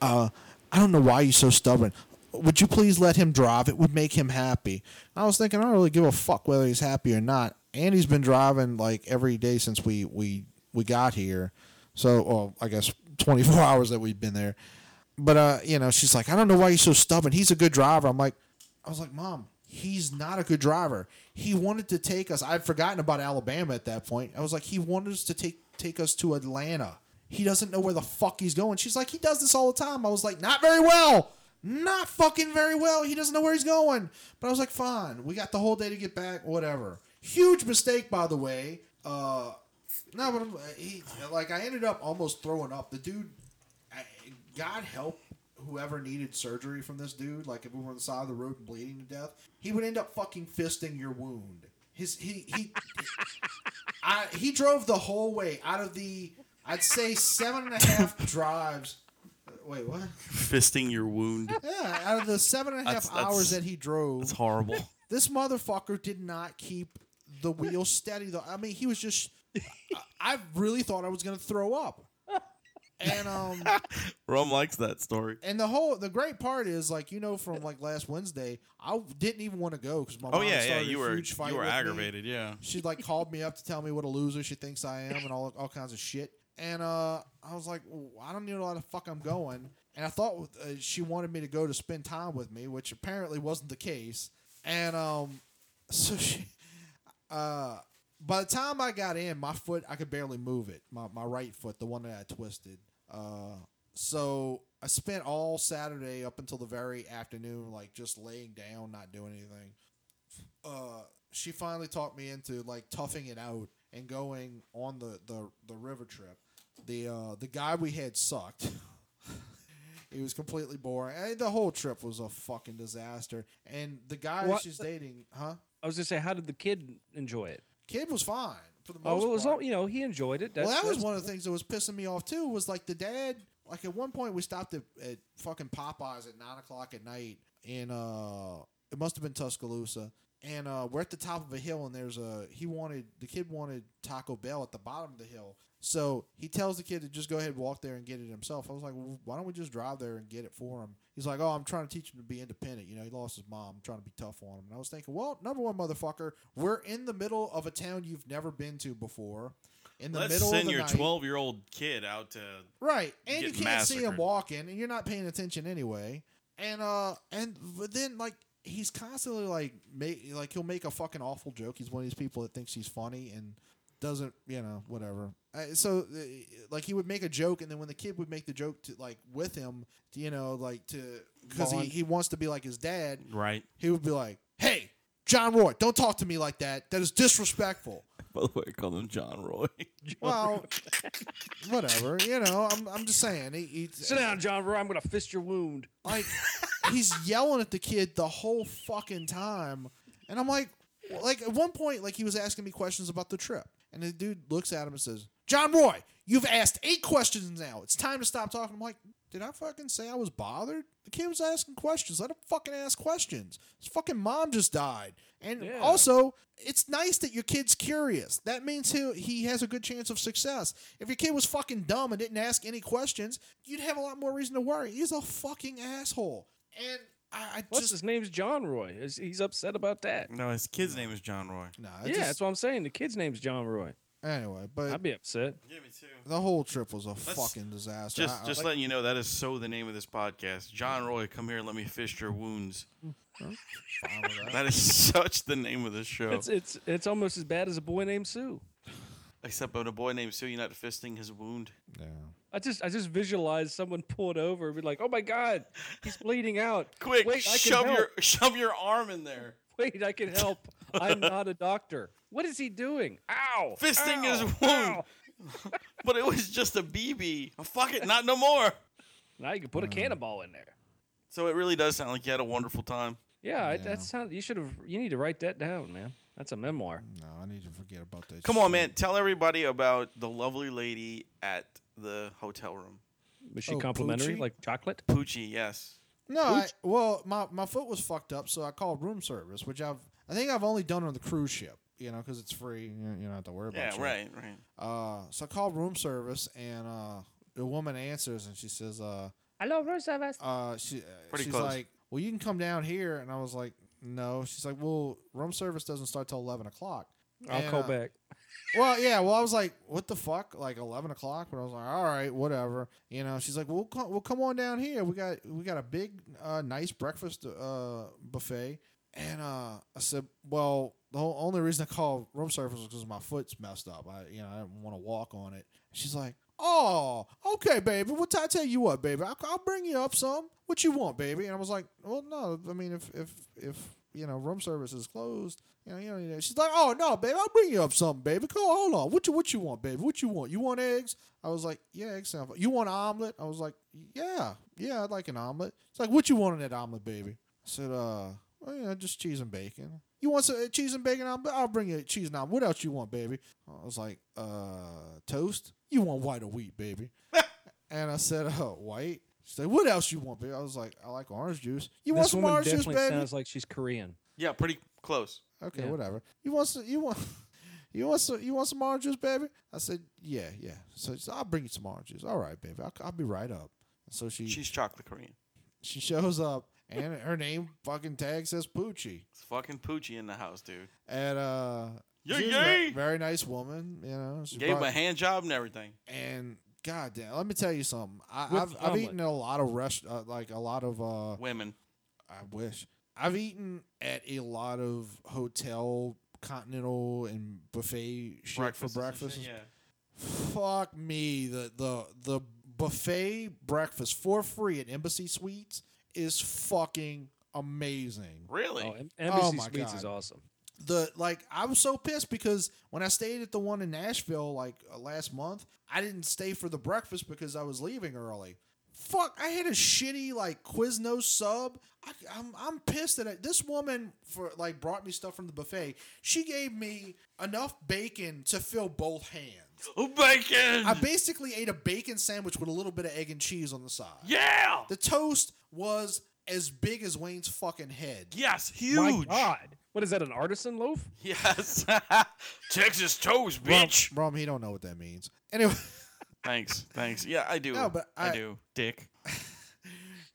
D: uh, i don't know why you're so stubborn would you please let him drive it would make him happy i was thinking i don't really give a fuck whether he's happy or not and he's been driving like every day since we we we got here so well, i guess 24 (laughs) hours that we've been there but uh you know she's like i don't know why you're so stubborn he's a good driver i'm like i was like mom he's not a good driver he wanted to take us i'd forgotten about alabama at that point i was like he wanted us to take take us to atlanta he doesn't know where the fuck he's going she's like he does this all the time i was like not very well not fucking very well he doesn't know where he's going but i was like fine we got the whole day to get back whatever huge mistake by the way uh no, but I'm, he like I ended up almost throwing up. The dude, I, God help whoever needed surgery from this dude. Like if we were on the side of the road and bleeding to death, he would end up fucking fisting your wound. His he he, (laughs) I he drove the whole way out of the I'd say seven and
C: (laughs)
D: a half drives. uh, Wait, what?
C: Fisting your wound.
D: Yeah, out of the seven and a half
C: That's- that's-
D: hours that he drove,
C: That's horrible.
D: this motherfucker did not keep the wheel steady though. I mean, he was just. I, I really thought I was gonna
C: (laughs)
D: throw up. And um
C: (laughs) Rum likes that story.
D: and the whole the great part is like you know from like last Wednesday I didn't even want to go because my
C: Oh
D: mom
C: yeah, yeah.
D: started
C: You
D: a
C: were
D: huge fight
C: you were
D: with me.
C: aggravated. Yeah.
D: She like called me up to tell me what a loser she thinks I am and all all kinds of shit. And uh, I was like, well, I don't even know where the fuck I'm going. And I thought uh, she wanted me to go to spend time with me, which apparently wasn't the case. And um, so she, uh, by the time I got in, my foot I could barely move it. My my right foot, the one that I twisted. Uh, so I spent all Saturday up until the very afternoon, like just laying down, not doing anything uh, she finally talked me into like toughing it out and going on the the, the river trip. The uh, the guy we had sucked. (laughs) he was completely boring. And the whole trip was a fucking disaster. And the guy
E: What-
D: she's dating, huh?
E: I was gonna say, how did the kid enjoy it?
D: Kid was fine for the most
E: Oh, well, it was
D: part.
E: all you know. He enjoyed it. That's,
D: well, that was
E: that's-
D: one of the things that was pissing me off too. Was like the dad. Like at one point, we stopped at, at fucking Popeyes at nine o'clock at night in uh, it must have been Tuscaloosa, and uh, we're at the top of a hill, and there's a he wanted the kid wanted Taco Bell at the bottom of the hill, so he tells the kid to just go ahead and walk there and get it himself. I was like, well, why don't we just drive there and get it for him? He's like, oh, I'm trying to teach him to be independent. You know, he lost his mom. I'm trying to be tough on him. And I was thinking, well, number one, motherfucker, we're in the middle of a town you've never been to before. In the
C: Let's
D: middle of
C: send
D: the
C: your
D: night.
C: 12 year old kid out to.
D: Right, and
C: get
D: you can't see him
C: massacred.
D: walking, and you're not paying attention anyway. And uh, and but then like he's constantly like make like he'll make a fucking awful joke. He's one of these people that thinks he's funny and doesn't, you know, whatever. Uh, so, uh, like, he would make a joke, and then when the kid would make the joke to like with him, you know, like to because he,
C: Bond.
D: he wants to be like his dad,
C: Right.
D: he would be like, "Hey, John Roy, don't talk to me like that. That is disrespectful."
C: (laughs) By the way, I call him John Roy. (laughs)
D: Well, whatever. You know, I'm, I'm just saying. He, he,
E: Sit down, John Roy. I'm gonna fist your wound.
D: Like, he's yelling at the kid the whole fucking time. And I'm like, like at one point, like he was asking me questions about the trip. And the dude looks at him and says, John Roy, you've asked eight questions now. It's time to stop talking. I'm like, did I fucking say I was bothered? The kid was asking questions. Let him fucking ask questions. His fucking mom just died. And
E: Yeah.
D: also, also, it's nice that your kid's curious. That means he he has a good chance of success. If your kid was fucking dumb and didn't ask any questions, you'd have a lot more reason to worry. He's a fucking asshole. And I, I
E: Plus,
D: just
E: his name's John Roy. Is- He's upset about that.
C: no, his kid's name is John Roy.
D: nah. I
E: yeah,
D: just-
E: that's what I'm saying. The kid's name's John Roy.
D: anyway, but
E: I'd be upset.
C: Yeah, me too.
D: the whole trip was a fucking disaster.
C: Just,
D: I- I-
C: just
D: like-
C: letting you know that is so the name of this podcast. John Roy, come here and let me fish your wounds. (laughs) that is such the name of the show.
E: It's it's it's almost as bad as a boy named Sue.
C: Except when a boy named Sue, you're not fisting his wound.
E: I just I just visualized someone pulled over and be like, "Oh my God, he's bleeding out!
C: Quick,
E: wait, I can
C: shove
E: help.
C: your shove your arm in there.
E: (laughs) Wait, I can help. I'm not a doctor. What is he doing? Ow!
C: Fisting
E: ow,
C: his wound.
E: ow."
C: (laughs) But it was just a BB. Oh, fuck it, not no more.
E: Now you can put a cannonball in there.
C: So it really does sound like you had a wonderful time.
E: Yeah, I
D: Yeah.
E: that sounds. You should have. You need to write that down, man. That's a memoir.
D: no, I need to forget about that.
C: Come on,
D: shit.
C: man. Tell everybody about the lovely lady at the hotel room.
E: Was she
D: Oh,
E: complimentary,
D: Poochie?
E: like chocolate?
C: Poochie, yes.
D: No, I, well, my, my foot was fucked up, so I called room service, which I've I think I've only done on the cruise ship. You know, because it's free. You, you don't have to worry about.
C: Yeah,
D: shit.
C: right, right.
D: Uh, so I called room service, and uh, the woman answers, and she says, uh,
E: Hello, room service.
D: uh, she, uh,
C: Pretty
D: she's
C: close.
D: like, well, you can come down here. And I was like, no. She's like, well, room service doesn't start till 11 o'clock.
E: I'll
D: And,
E: call
D: uh,
E: back.
D: Well, yeah. Well, I was like, what the fuck? Like 11 o'clock? But I was like, all right, whatever. You know, she's like, we'll, co- we'll come on down here. We got, we got a big, uh, nice breakfast, uh, buffet. And, uh, I said, well, the whole, only reason I called room service was because my foot's messed up. I, you know, I didn't want to walk on it. She's like, oh, okay, baby. What I tell you what, baby, I'll, I'll bring you up some. What you want, baby? And I was like, well, no. I mean, if, if, if, you know, room service is closed. You know, you don't need that. She's like, oh no, babe, I'll bring you up something, baby. Come on, hold on. What you what you want, baby? What you want? You want eggs? I was like, yeah, eggs sound. fine. You want an omelet? I was like, yeah, yeah, I'd like an omelet. It's like, what you want in that omelet, baby? I said, uh, well, you know, just cheese and bacon. You want some uh, cheese and bacon omelet? I'll bring you cheese and omelet. What else you want, baby? I was like, uh, toast. You want white or wheat,
E: (laughs)
D: baby? and I said, uh, white. She's like, what else you want, baby? I was like, I like orange juice. You want
E: This
D: some
E: woman
D: orange juice,
E: definitely
D: baby?
E: sounds like she's Korean.
C: Yeah, pretty close.
D: Okay,
E: Yeah.
D: whatever. You want some? You want? (laughs) You want some? You want some orange juice, baby? I said, yeah, yeah. So she said, I'll bring you some orange juice. All right, baby. I'll, I'll be right up. So she
C: She's chocolate Korean.
D: she shows up, and her name fucking tag says Poochie,
C: It's fucking Poochie in the house, dude.
D: and uh,
C: Yay,
D: she's a ve-
C: yay!
D: very nice woman, you know. She
C: Gave him
D: brought-
C: a hand job and everything.
D: and goddamn, let me tell you something. I,
E: With
D: I've I've
E: omelet.
D: eaten at a lot of rest, uh, like a lot of uh,
C: Women.
D: I wish. I've eaten at a lot of hotel continental and buffet shit for breakfast.
C: and shit, Yeah.
D: Fuck me. The the the buffet breakfast for free at Embassy Suites is fucking amazing.
C: Really?
E: Oh, em- Embassy
D: my
E: Suites is
D: God.
E: awesome.
D: The like I was so pissed because when I stayed at the one in Nashville like uh, last month, I didn't stay for the breakfast because I was leaving early. Fuck, I had a shitty like Quiznos sub. I, I'm I'm pissed that I, this woman for like brought me stuff from the buffet. She gave me enough bacon to fill both hands.
C: Oh, bacon!
D: I basically ate a bacon sandwich with a little bit of egg and cheese on the side.
C: yeah!
D: The toast was as big as Wayne's fucking head.
C: Yes,
E: My
C: huge.
E: God, what is that? An artisan loaf?
C: (laughs)
E: Oh,
C: Yes. (laughs) Texas toast,
D: Brom-
C: bitch.
D: Brom, he don't know what that means. Anyway, (laughs)
C: Thanks, thanks. Yeah, I do.
D: No, but I-
C: do. Dick.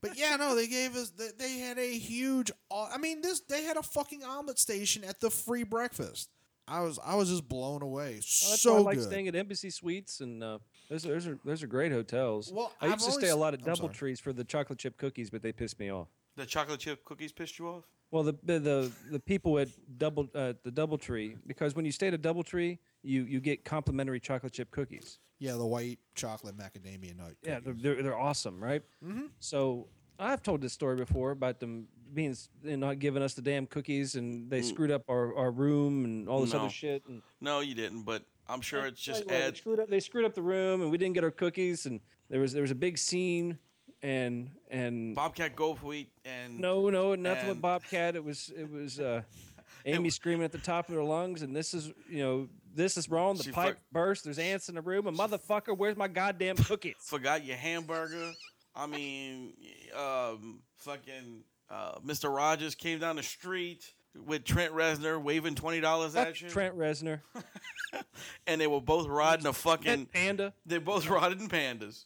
D: but yeah, no, they gave us. They, they had a huge. o- I mean, this they had a fucking omelet station at the free breakfast. I was I was just blown away.
E: Well, Oh, that's
D: so
E: why I like
D: good.
E: staying at Embassy Suites, and uh, those, are- those are those are great hotels.
D: Well,
E: I used
D: I've
E: to
D: always-
E: stay a lot at
D: I'm sorry.
E: Double Trees for the chocolate chip cookies, but they pissed me off.
C: The chocolate chip cookies pissed you off?
E: Well, the the the, the people at double uh, the DoubleTree because when you stay at a DoubleTree, you you get complimentary chocolate chip cookies.
D: Yeah, the white chocolate macadamia nut.
E: Yeah, they're
D: cookies.
E: they're, they're awesome, right? Mm-hmm. So I've told this story before about them being s- they're not giving us the damn cookies, and they screwed up our, our room and all this
C: No.
E: other shit. And
C: No, you didn't, but I'm sure it's just
E: Like, well,
C: add
E: They screwed up. They screwed up the room, and we didn't get our cookies. And there was there was a big scene, and and
C: Bobcat Goldthwait and
E: no, no, nothing
C: and-
E: with Bobcat. It was it
C: (laughs)
E: was uh, Amy screaming at the top of her lungs, and this is you know this is wrong. The
C: She
E: pipe
C: fuck-
E: burst. There's ants in the room, and motherfucker, where's my goddamn cookies?
C: forgot your hamburger. I mean, um, fucking uh, Mr. Rogers came down the street with Trent Reznor waving twenty dollars
E: Fuck
C: at you, (laughs)
E: Trent Reznor,
C: and they were both riding a fucking.
E: Pet Panda.
C: They're both riding pandas.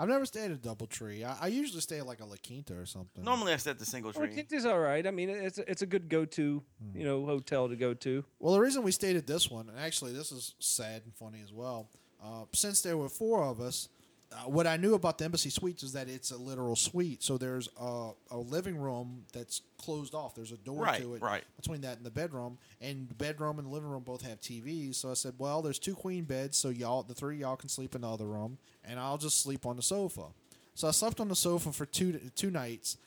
D: I've never stayed at a double tree. I, I usually stay at like a La Quinta or something.
C: Normally, I stay at the single
E: Well,
C: tree.
E: it is all right. I mean, it's a, it's a good go to you know hotel to go to.
D: Well, the reason we stayed at this one, and actually this is sad and funny as well, uh, since there were four of us, uh, what I knew about the Embassy Suites is that it's a literal suite. So there's a, a living room that's closed off. There's a door
C: Right,
D: to it
C: right.
D: between that and the bedroom. And the bedroom and the living room both have TVs. So I said, well, there's two queen beds, so y'all, the three of y'all can sleep in the other room, and I'll just sleep on the sofa. So I slept on the sofa for two two nights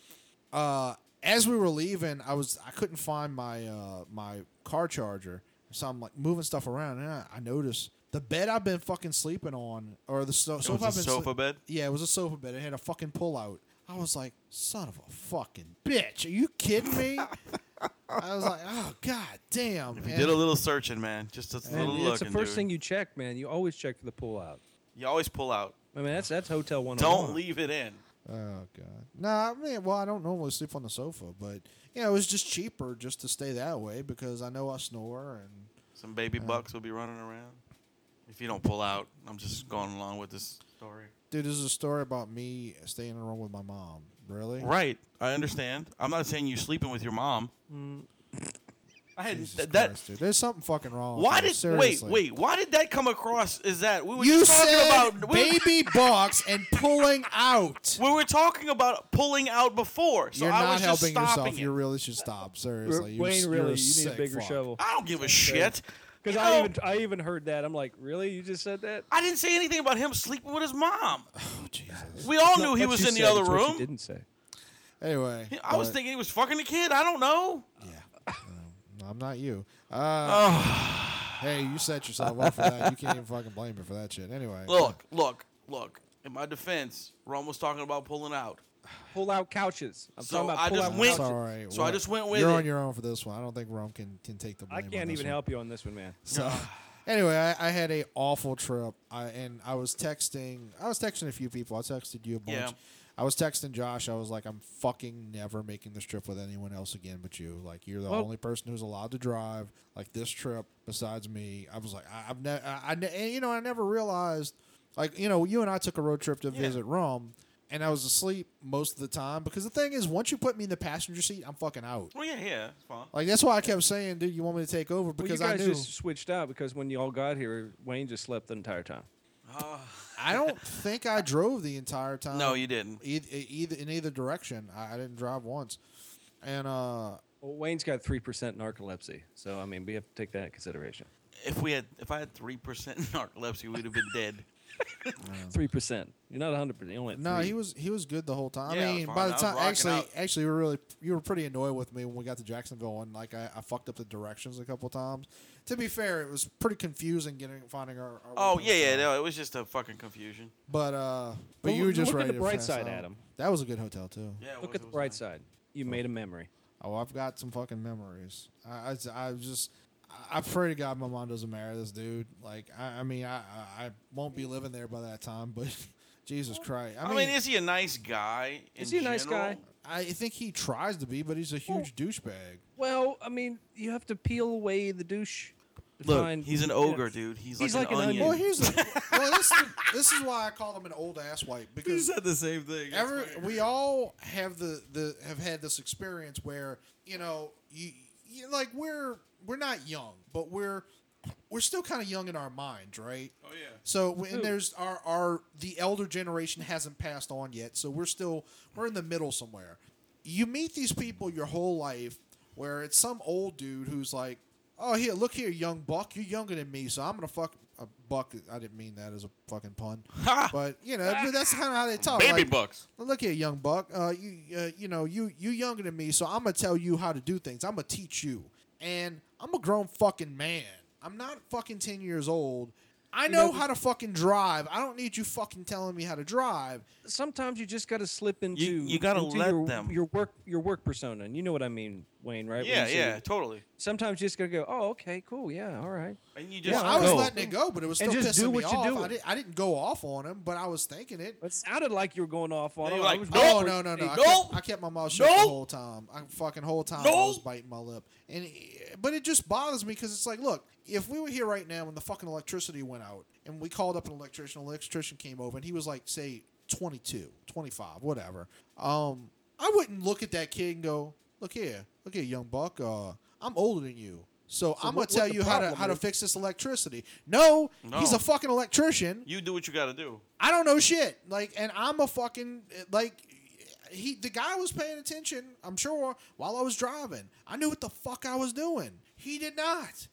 D: uh, as we were leaving, I was I couldn't find my uh, my car charger, so I'm like moving stuff around, and I, I noticed the bed I've been fucking sleeping on, or the so- sofa
C: was a
D: I've been
C: sofa
D: sle-
C: bed?
D: Yeah, it was a sofa bed. It had a fucking pullout. I was like, son of a fucking bitch, are you
C: (laughs)
D: kidding me? I was like, oh god damn.
C: You
D: And-
C: did a little searching, man. Just a little
E: And
C: looking.
E: it's the first
C: dude.
E: thing you check, man. You always check for the pull out.
C: You always pull out.
E: I mean, that's that's hotel one.
C: Don't leave it in.
D: Oh god. Nah, I mean, well, I don't normally sleep on the sofa, but you know, it was just cheaper just to stay that way because I know I snore and.
C: Some baby bucks will be running around. If you don't pull out, I'm just going along with this story.
D: Dude, this is a story about me staying in a room with my mom. Really?
C: Right. I understand. I'm not saying you sleeping with your mom. Mm. I had
D: Jesus
C: th- that.
D: Christ, dude. There's something fucking wrong. with
C: Why
D: you,
C: did
D: seriously.
C: wait wait? Why did that come across? Is that we were
D: You
C: just talking
D: said
C: about we, were- (laughs)
D: baby box and pulling out.
C: we were talking about pulling out before? So
D: You're
C: I
D: not
C: was just
D: helping
C: stopping
D: yourself.
C: it.
D: You really should stop. Seriously, you,
E: Wayne,
D: you're
E: really,
D: a
E: you need a
D: sick
E: bigger
D: fuck.
E: shovel.
C: I don't give a shit.
E: Because
C: No,
E: I even I even heard that. I'm like, really? You just said that?
C: I didn't say anything about him sleeping with his
E: (laughs)
C: mom.
D: Oh, Jesus.
C: We all
E: Not
C: knew he
E: what
C: was
E: you
C: in the
E: said,
C: other
E: it's what you
C: room.
E: didn't say.
D: Anyway,
C: I was
D: but-
C: thinking he was fucking the kid. I don't know.
D: Yeah, No, I'm not you. Uh,
C: (sighs)
D: hey, you set yourself up for that. You can't even fucking blame me for that shit. Anyway,
C: Look, look, look. In my defense, Rome was talking about pulling out.
E: Pull out couches. I'm
C: So
E: talking about
C: I
E: pull
C: just
E: out
C: went-
D: Uh, it's
E: couches.
D: all right.
C: So I
D: Well,
C: just went with
D: You're
C: it.
D: on your own for this one. I don't think Rome can can take the
E: I
D: blame. on
E: can't
D: this
E: even
D: one.
E: help you on this one, man.
D: So (sighs) anyway, I, I had a awful trip. I and I was texting. I was texting a few people. I texted you a bunch.
C: Yeah.
D: I was texting Josh. I was like, I'm fucking never making this trip with anyone else again but you. Like, you're the
E: Well-
D: only person who's allowed to drive like this trip besides me. I was like, I, I've never, I, I ne- and, you know, I never realized. Like, you know, you and I took a road trip to visit Rome, and I was asleep most of the time because the thing is, once you put me in the passenger seat, I'm fucking out.
C: Well, yeah, yeah, it's fine.
D: Like that's why I kept saying, dude, you want me to take over
E: Well, you
D: because
E: guys
D: I knew
E: just switched out because when y'all got here, Wayne just slept the entire time.
D: I don't think I drove the entire
E: Um,
D: time.
C: No, you didn't.
D: Either, either in either direction. I, I didn't drive once, and uh,
E: Well, Wayne's got three percent narcolepsy, so I mean we have to take that into consideration.
C: If we had, if I had three percent (laughs) narcolepsy, we'd have been dead.
E: Three percent. You're not 100. percent You're only at
D: no,
E: three.
D: he was he was good the whole time.
C: Yeah, I
D: I
C: was
D: mean,
C: fine.
D: by
C: I
D: the
C: was
D: time
C: rocking
D: actually,
C: out.
D: actually, you were really you were pretty annoyed with me when we got to Jacksonville, and like I, I fucked up the directions a couple times. To be fair, it was pretty confusing getting finding our. our
C: Oh
D: way
C: yeah, yeah.
D: back.
C: No, it was just a fucking confusion.
D: But uh, but
E: Well,
D: you were
E: look
D: just
E: at
D: ready
E: the
D: to
E: bright
D: pass
E: side,
D: out.
E: Adam.
D: That was a good hotel too.
C: Yeah.
E: Look at the bright side. You made a memory.
D: Oh, I've got some fucking memories. I, I, I just, I I pray to God my mom doesn't marry this dude. Like, I, I mean, I, I, I won't be living there by that time, but (laughs) Jesus Christ. I,
C: I mean,
D: mean,
C: is he a nice guy? in
E: Is he a nice
C: general?
E: guy?
D: I think he tries to be, but he's a huge douchebag.
E: Well, I mean, you have to peel away the douche. to
C: Look,
E: find-
C: he's an
E: yeah.
C: ogre, dude. He's,
E: He's
C: like, an,
E: like an
C: onion.
E: onion.
D: Well, here's the, well, this, is- this is why I call him an old ass white because
C: the same thing.
D: Ever we all have the, the have had this experience where you know you, you like we're we're not young, but we're we're still kind of young in our minds, right?
C: Oh yeah.
D: So and there's our our the elder generation hasn't passed on yet, so we're still we're in the middle somewhere. You meet these people your whole life, where it's some old dude who's like, "Oh here, look here, young buck, you're younger than me, so I'm gonna fuck a buck." I didn't mean that as a
C: (laughs)
D: fucking pun, but you know but that's kind of how they talk.
C: Baby
D: like,
C: bucks.
D: well, Look here, young buck. Uh, you uh, you know you you younger than me, so I'm gonna tell you how to do things. I'm gonna teach you, and I'm a grown fucking man. I'm not fucking ten years old. I know,
E: know,
D: how to fucking drive. I don't need you fucking telling me how to drive.
E: sometimes you just got to slip into
C: you gotta
E: into
C: let
E: your,
C: them.
E: your work your work persona, and you know what I mean, Wayne, right? When
C: Yeah,
E: you say
C: yeah,
E: you-
C: totally.
E: Sometimes you just gotta go. Oh, okay, cool, yeah, all right.
C: And you just
D: Yeah, I was
C: go.
D: letting it go, but it was
E: And
D: still
E: just
D: pissing
E: do
D: me
E: what you're
D: off. I,
E: doing.
D: did, I didn't go off on him, but I was thinking it.
E: It sounded like you were going off on.
C: You're
E: it. I
C: like,
E: was
C: "Nope."
D: Oh
E: going
D: no
E: for-
D: no no! I
C: Nope.
D: kept, I kept my mouth shut the
C: Nope.
D: whole time. I fucking whole time I
C: Nope.
D: was biting my lip, and it- but it just bothers me because it's like, look, if we were here right now and the fucking electricity went out, and we called up an electrician, an electrician came over, and he was like, say 22, 25, whatever. Um, I wouldn't look at that kid and go, look here, look here, young buck. Uh, I'm older than you. So, I'm gonna
E: what-
D: tell
E: what the
D: you how to
E: problem
D: how to
E: is-
D: fix this electricity. No,
C: No.
D: he's a fucking electrician.
C: You do what you got to do.
D: I don't know shit. Like, and I'm a fucking like. He the guy was paying attention. I'm sure while I was driving, I knew what the fuck I was doing. He did not.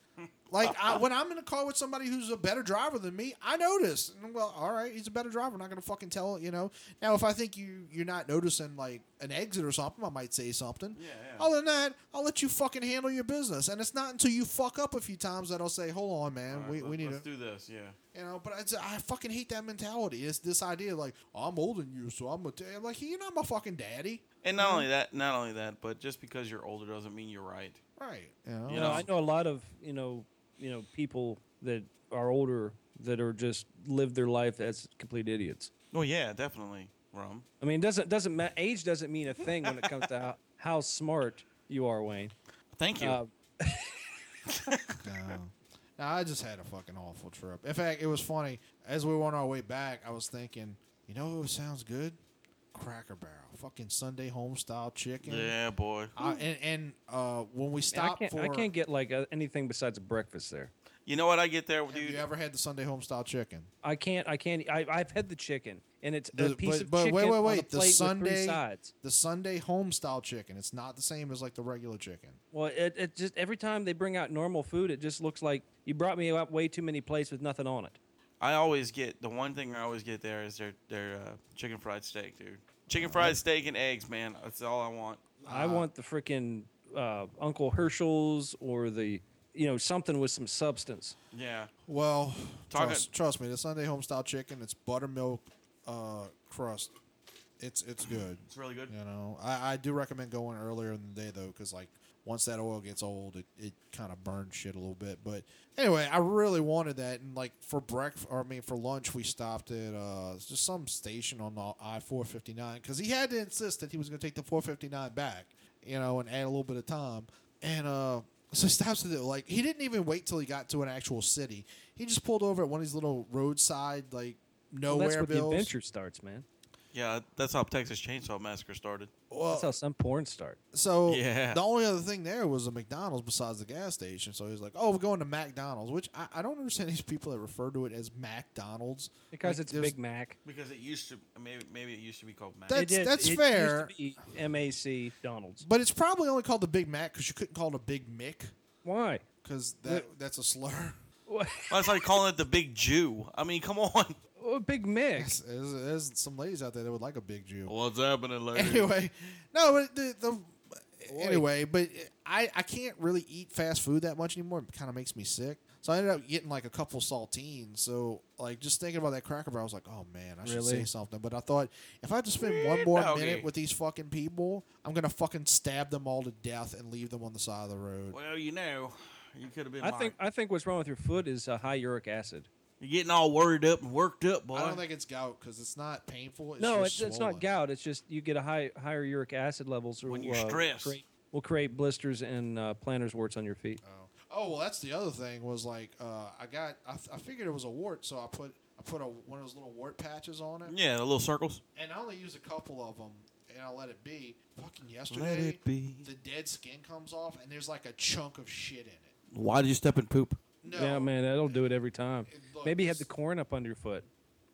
D: Like I, when I'm in a car with somebody who's a better driver than me, I notice. And, well, all right, he's a better driver. I'm not gonna fucking tell you know. Now, if I think you you're not noticing like an exit or something, I might say something.
C: Yeah, yeah.
D: Other than that, I'll let you fucking handle your business. And it's not until you fuck up a few times that I'll say, "Hold on, man,
C: All right,
D: we, we
C: let-
D: need to
C: let's do this. Yeah.
D: you know, but it's, I fucking hate that mentality. It's this idea like I'm older than you, so I'm a t-. I'm like you're not my fucking daddy,
C: And not only that, not only that, but just because you're older doesn't mean you're right.
D: right? Oh, You know?
C: You
E: You know, I know a lot of you know you know people that are older that are just live their life as complete idiots.
C: Well, yeah, definitely, Rum.
E: I mean, it doesn't doesn't ma- age doesn't mean a thing when it comes to (laughs) how, how smart you are, Wayne.
C: Thank you.
E: Uh,
D: No. No, I just had a fucking awful trip. In fact, it was funny. As we were on our way back, I was thinking, you know, what sounds good, Cracker Barrel, fucking Sunday home style chicken.
C: yeah, boy.
D: Uh, and and uh, when we
E: man, I
D: stopped
E: can't
D: for,
E: I can't get like uh, anything besides breakfast there.
C: You know what I get there,
D: have
C: dude?
D: you ever had the Sunday home style chicken?
E: I can't. I can't. I, I've had the chicken, and it's
D: The-
E: a piece
D: but,
E: of
D: but
E: chicken
D: wait, wait,
E: on a
D: wait! the
E: plate with
D: Sunday,
E: three sides.
D: the Sunday home style chicken. It's not the same as like the regular chicken.
E: Well, it, it just every time they bring out normal food, it just looks like you brought me out way too many plates with nothing on it.
C: I always get the one thing I always get there is their their uh, chicken fried steak, dude. Chicken fried steak and eggs, man. That's all I want.
E: I
D: Ah.
E: want the freaking uh, Uncle Herschel's or the you know something with some substance.
C: Yeah.
D: Well,
C: Talking-
D: trust, trust me, the Sunday homestyle chicken, it's buttermilk uh, crust. It's it's good.
C: It's really good.
D: You know, I, I do recommend going earlier in the day though, because like once that oil gets old, it, it kind of burns shit a little bit. But anyway, I really wanted that, and like for breakfast, or I mean for lunch, we stopped at uh just some station on the I four fifty nine because he had to insist that he was going to take the four fifty nine back, you know, and add a little bit of time. And uh, so he stops at the like he didn't even wait till he got to an actual city. He just pulled over at one of these little roadside like
E: Well,
D: nowhere
E: that's where the
D: bills.
E: adventure starts, man.
C: Yeah, that's how Texas Chainsaw Massacre started.
D: Well,
E: That's how some porn start.
D: So
C: Yeah.
D: the only other thing there was a McDonald's besides the gas station. So he's like, "Oh, we're going to McDonald's," which I, I don't understand (laughs) these people that refer to it as McDonald's
E: Because
D: Like,
E: it's
D: there's-
E: Big Mac.
C: Because it used to maybe maybe it used to be called Mac.
D: That- That's-
E: It is-
D: that's
E: it
D: fair.
E: Used to be MAC Donald's.
D: But it's probably only called the Big Mac because you couldn't call it a Big Mick
E: Why? (laughs)
D: because that that's a slur. (laughs)
C: Well, it's like calling it the Big Jew. I mean, come on.
E: Oh, Big Mix.
D: There's, there's some ladies out there that would like a Big Jew.
C: What's happening,
E: (laughs)
D: (laughs) Anyway, no, but the, the anyway, but I I can't really eat fast food that much anymore. It kind of makes me sick. So I ended up getting like a couple saltines. So like just thinking about that Cracker Barrel, I was like, oh man, I should
E: Really? Eh,
D: say something. But I thought if I just spend one more
C: Doggy.
D: minute with these fucking people, I'm gonna fucking stab them all to death and leave them on the side of the road.
C: Well, you know, you could have been.
E: I
C: my-
E: think I think what's wrong with your foot is uh, high uric acid.
C: you're getting all worried up and worked up, boy.
D: I don't think it's gout because it's not painful. It's
E: no,
D: just
E: it's, it's not
D: swollen.
E: gout. It's just you get a high higher uric acid levels or
C: When you're
E: uh,
C: stressed.
E: create- will create blisters and uh, plantar warts on your feet.
D: Oh well, that's the other thing was like uh, I got I, I figured it was a wart, so I put I put a, one of those little wart patches on it,
C: yeah, the little circles.
D: and I only used a couple of them, and I let it be. Fucking yesterday,
C: it be.
D: the dead skin comes off, and there's like a chunk of shit in it.
C: Why did you step in poop?
D: No.
E: Yeah, man, that'll do it every time.
D: looks- Uh, oh.
E: Maybe you had the corn up under your foot.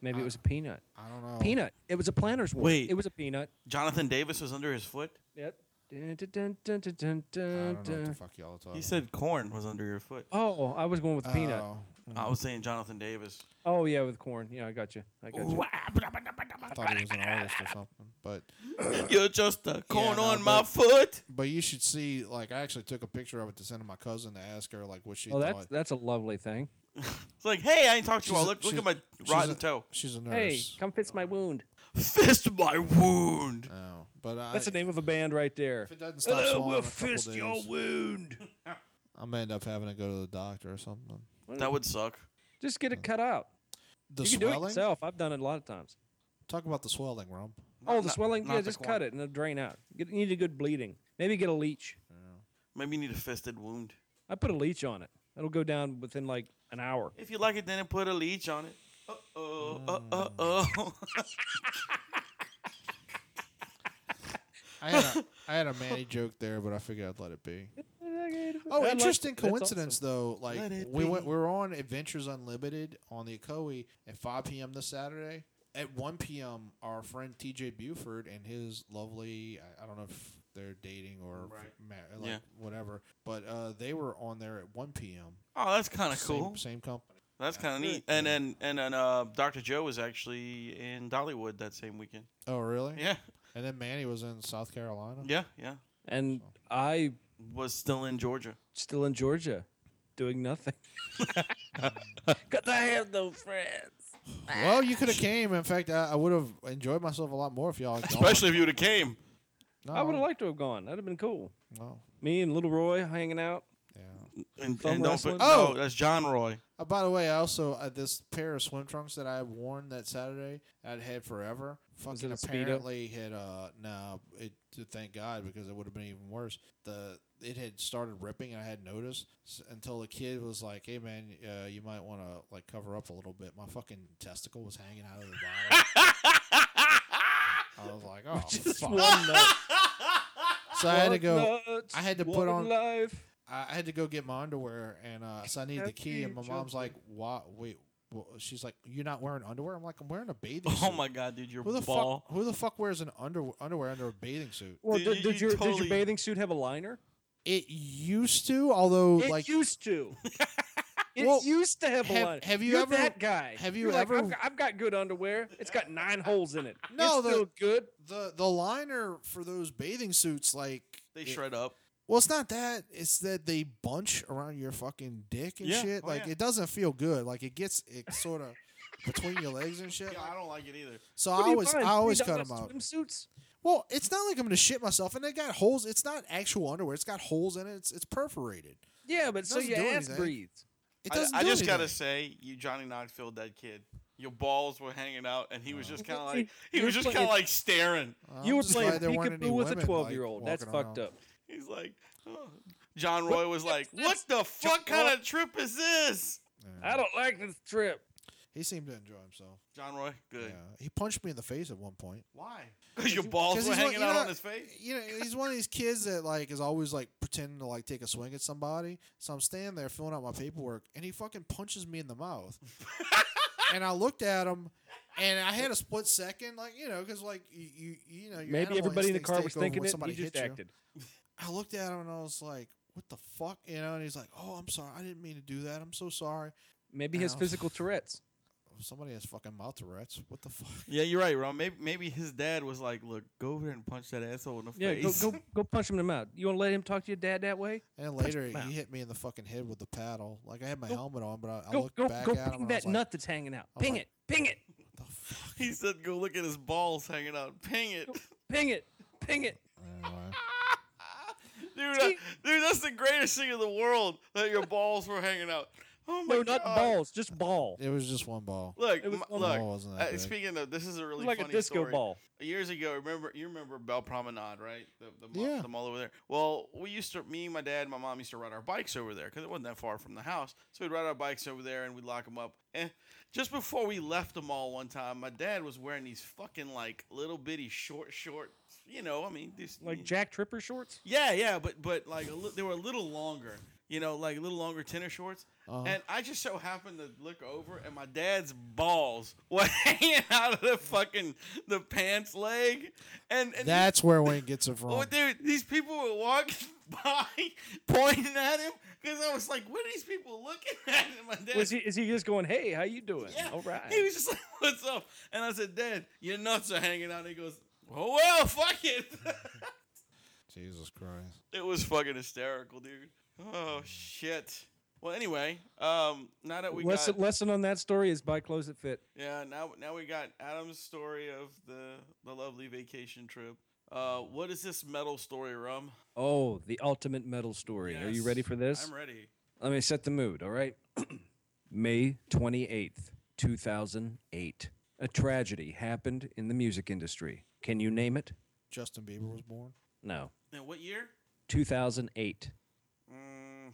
E: Maybe it was a peanut.
D: I don't know.
E: Peanut. It was a planter's one.
C: Wait.
E: It was a peanut.
C: Jonathan Davis was under his foot.
E: Yep. Dun, dun, dun, dun, dun, dun,
D: I don't
E: dun,
D: know what the
E: dun.
D: fuck y'all are talking.
C: He said corn was under your foot.
E: Oh, I was going with
D: about.
E: peanut.
D: Oh,
C: I was saying Jonathan Davis.
E: Oh yeah, with corn. Yeah, I got you. I got you.
D: I thought he was an artist or something, but
C: You're just a corn
D: no,
C: on my
D: but-
C: foot.
D: but you should see. Like, I actually took a picture of it to send to my cousin to ask her like what she
E: Oh, that's
D: thought.
E: that's a lovely thing.
C: It's like, hey, I ain't talked to you
D: She's
C: all.
D: a-
C: Look, look
D: she's-
C: at my
D: she's
C: rotten
D: a-
C: toe.
D: She's a
E: Hey,
D: nurse.
E: come fix my wound.
C: Fist my wound.
D: Oh, but I,
E: That's the name of a band right there.
D: If it doesn't stop swelling in a couple days,
E: wound.
D: I'm gonna end up having to go to the doctor or something.
C: That would suck.
E: Just get it cut out.
D: The
E: you can
D: swelling.
E: do it yourself. I've done it a lot of times.
D: Talk about the swelling, Rump.
E: Oh, the
C: not-
E: swelling.
C: not
E: Yeah,
C: the
E: just
C: corn.
E: cut it and it'll drain out. Get, you need a good bleeding. Maybe get a leech.
C: Maybe you need a fisted wound.
E: I put a leech on it. It'll go down within like an hour.
C: If you like it, then put a leech on it. Uh oh. Uh uh oh.
D: I had (laughs) a, I had a Manny joke there, but I figured I'd let it be.
E: I
D: Oh,
E: like
D: interesting
E: it. That's
D: coincidence
E: awesome.
D: though. Like
C: Let it
D: we
C: be.
D: went, we were on Adventures Unlimited on the Akoi at 5 p.m. this Saturday. At 1 p.m., our friend T.J. Buford and his lovely, I, I don't know if they're dating or ma- like
C: Yeah.
D: whatever, but uh, they were on there at 1 p.m.
C: (laughs) Oh, that's kind of
D: Same-
C: cool.
D: Same, company.
C: That's kind of neat. And then and then uh, Dr. Joe was actually in Dollywood that same weekend.
D: Oh, really?
C: Yeah,
D: And then Manny was in South Carolina.
C: yeah, yeah.
E: And I
C: Was still in Georgia.
E: still in Georgia, doing nothing. (laughs) Cause I have no friends.
D: Well, you could have came. In fact, I, I would have enjoyed myself a lot more if y'all. had gone.
C: Especially if you would have came.
D: no,
E: I would have liked to have gone. That'd have been cool.
D: No,
E: Me and Little Roy hanging out.
D: yeah.
C: And,
E: Thumb
C: and don't
E: wrestling?
C: put,
D: Oh!
C: oh, that's John (laughs) Roy.
D: Uh, by the way, I also uh, this pair of swim trunks that I had worn that Saturday, I'd had forever. Fucking
E: it a Speedo?
D: apparently had uh no, it to thank God because it would have been even worse. The it had started ripping and I had noticed s- until the kid was like, "Hey man, uh, you might want to like cover up a little bit." My fucking testicle was hanging out of the
E: (laughs)
D: bottom. I was like, "Oh
E: Just
D: fuck!"
E: one nut.
D: So I had to go.
E: One nut,
D: I had to put
E: one
D: on-
E: life.
D: I I had to go get my underwear, and uh, so I needed the key. And my mom's like, "Why? Wait." Well, she's like, "You're not wearing underwear." I'm like, "I'm wearing a bathing suit."
C: Oh my God, dude, you're
D: Who the
C: ball.
D: fuck? Who the fuck wears an under, underwear under a bathing suit?
E: Well,
C: Dude,
E: did,
C: you-
E: did
C: you
E: your did
C: totally-
E: your bathing suit have a liner?
D: It used to, although
E: It
D: like
E: used
D: (laughs)
E: to. It
D: Well,
E: used to have a
D: have-
E: liner.
D: have you
E: You're
D: ever-
E: that guy?
D: have you
E: You're like,
D: ever-
E: I've, got- I've got good underwear. It's got nine holes in it.
D: No,
E: it's
D: the-
E: still good.
D: the the liner for those bathing suits, like
C: They
D: it-
C: shred up.
D: Well, it's not that. It's that they bunch around your fucking dick and
C: Yeah.
D: shit.
C: Oh,
D: like
C: yeah.
D: it doesn't feel good. Like it gets it
C: (laughs)
D: sort of between your legs and shit.
C: I don't like it either.
D: So
E: What
D: I
E: do you
D: always
E: find?
D: I always
E: $3
D: cut them out.
E: Swimsuits.
D: Well, it's not like I'm gonna shit myself, and they got holes. It's not actual underwear. It's got holes in it. It's it's perforated.
E: Yeah, but so
D: Doesn't
E: your
D: do
E: ass
D: anything.
E: breathes.
D: It
C: I,
D: doesn't.
C: I
D: do
C: just gotta
D: anything.
C: say, you Johnny Knoxville, that kid. Your balls were hanging out, and he
D: Oh.
C: was just kind of
D: (laughs)
C: like he
E: You're
C: was just
E: playing-
C: kind of like staring.
D: Uh, I'm
E: you were
D: just
E: playing
D: glad there weren't any
E: peekaboo with a
D: women, like,
E: twelve-year-old. That's
D: walking
E: fucked
D: around.
E: up.
C: He's like, oh. John Roy was like, "What the fuck
E: Roy-
C: kind of trip is this?"
E: I don't like this trip.
D: He seemed to enjoy himself.
C: John Roy, good.
D: Yeah, he punched me in the face at one point.
C: Why? Because your balls
D: 'Cause
C: were
D: he's one-
C: hanging
D: you
C: out
D: know-
C: on his face.
D: You know, he's one of these kids that like is always like pretending to like take a swing at somebody. So I'm standing there filling out my paperwork, and he fucking punches me in the mouth. and I looked at him, and I had a split second, like you know, because like you, you, you know, your
E: Maybe
D: animal
E: everybody in the
D: instincts
E: car
D: take
E: was
D: over when
E: thinking it. and
D: Somebody
E: You just
D: hits you.
E: acted.
D: I looked at him and I was like, "What the fuck?" You know, and he's like, "Oh, I'm sorry. I didn't mean to do that. I'm so sorry."
E: Maybe his
D: Ow. (laughs)
E: physical Tourette's.
D: Somebody has fucking mouth Tourette's. What the fuck?
C: Yeah, you're right, Ron. Maybe maybe his dad was like, "Look, go over there and punch that asshole in the
E: Yeah, go,
C: face."
E: go go punch him in the mouth. You want to let him talk to your dad that way?
D: And later,
E: mouth.
D: he hit me in the fucking head with the paddle. Like I had my helmet on, but I, I
E: Go
D: looked
E: go
D: back
E: go
D: at him
E: ping
D: and I was
E: that
D: like,
E: nut that's hanging out.
D: I was
E: Ping
D: like-
E: it, ping it,
D: "What the fuck?"
C: (laughs) he said, "Go look at his balls hanging out. Ping it."
E: ping it, ping it.
D: Anyway.
C: (laughs) Dude, I- dude, that's the greatest thing in the world that your balls were hanging out. Oh
E: (laughs)
C: my
E: No,
C: god!
E: not balls, just ball.
D: It was just one ball.
C: Look,
E: It was
C: my-
E: one
C: look.
D: ball, wasn't that
C: uh,
D: big?
C: speaking of, this is a really
E: like a
C: funny
E: disco
C: story.
E: ball.
C: Years ago, remember you remember Bell Promenade, right? The the mall,
D: Yeah.
C: the mall over there. Well, we used to, me, my dad, and my mom used to ride our bikes over there because it wasn't that far from the house. So we'd ride our bikes over there and we'd lock them up. And just before we left the mall one time, my dad was wearing these fucking like little bitty short, short. You know, I mean, these
E: Like Jack Tripper shorts.
C: yeah, yeah, but but like a li- they were a little longer, you know, like a little longer tennis shorts.
D: Uh-huh.
E: Uh-huh.
C: And I just so happened to look over, and my dad's balls (laughs) were hanging out of the fucking the pants leg, and, and
D: That's where Wayne
C: (laughs)
D: gets it
C: Oh,
D: from.
C: dude, these people were walking (laughs) by, pointing at him, because I was like, "What are these people looking (laughs) at?" And my dad,
E: Was he, is he just going, hey, how you doing?
C: yeah,
E: All right.
C: He was just like, "What's up?" And I said, "Dad, your nuts are hanging out." He goes, "Oh well, fuck it." (laughs)
D: Jesus Christ.
C: it was fucking hysterical, dude. Oh shit. Well, anyway, um, now that we
E: lesson,
C: got
E: lesson on that story is buy clothes that fit.
C: yeah, now now we got Adam's story of the the lovely vacation trip. Uh, what is this metal story, Rum?
E: Oh, the ultimate metal story. Are you ready
C: Yes,
E: for this?
C: I'm ready.
E: Let me set the mood, all right? (clears throat) May 28th, 2008. A tragedy happened in the music industry. Can you name it?
D: Justin Bieber was born.
E: No.
C: And what year?
E: 2008.
C: Mm,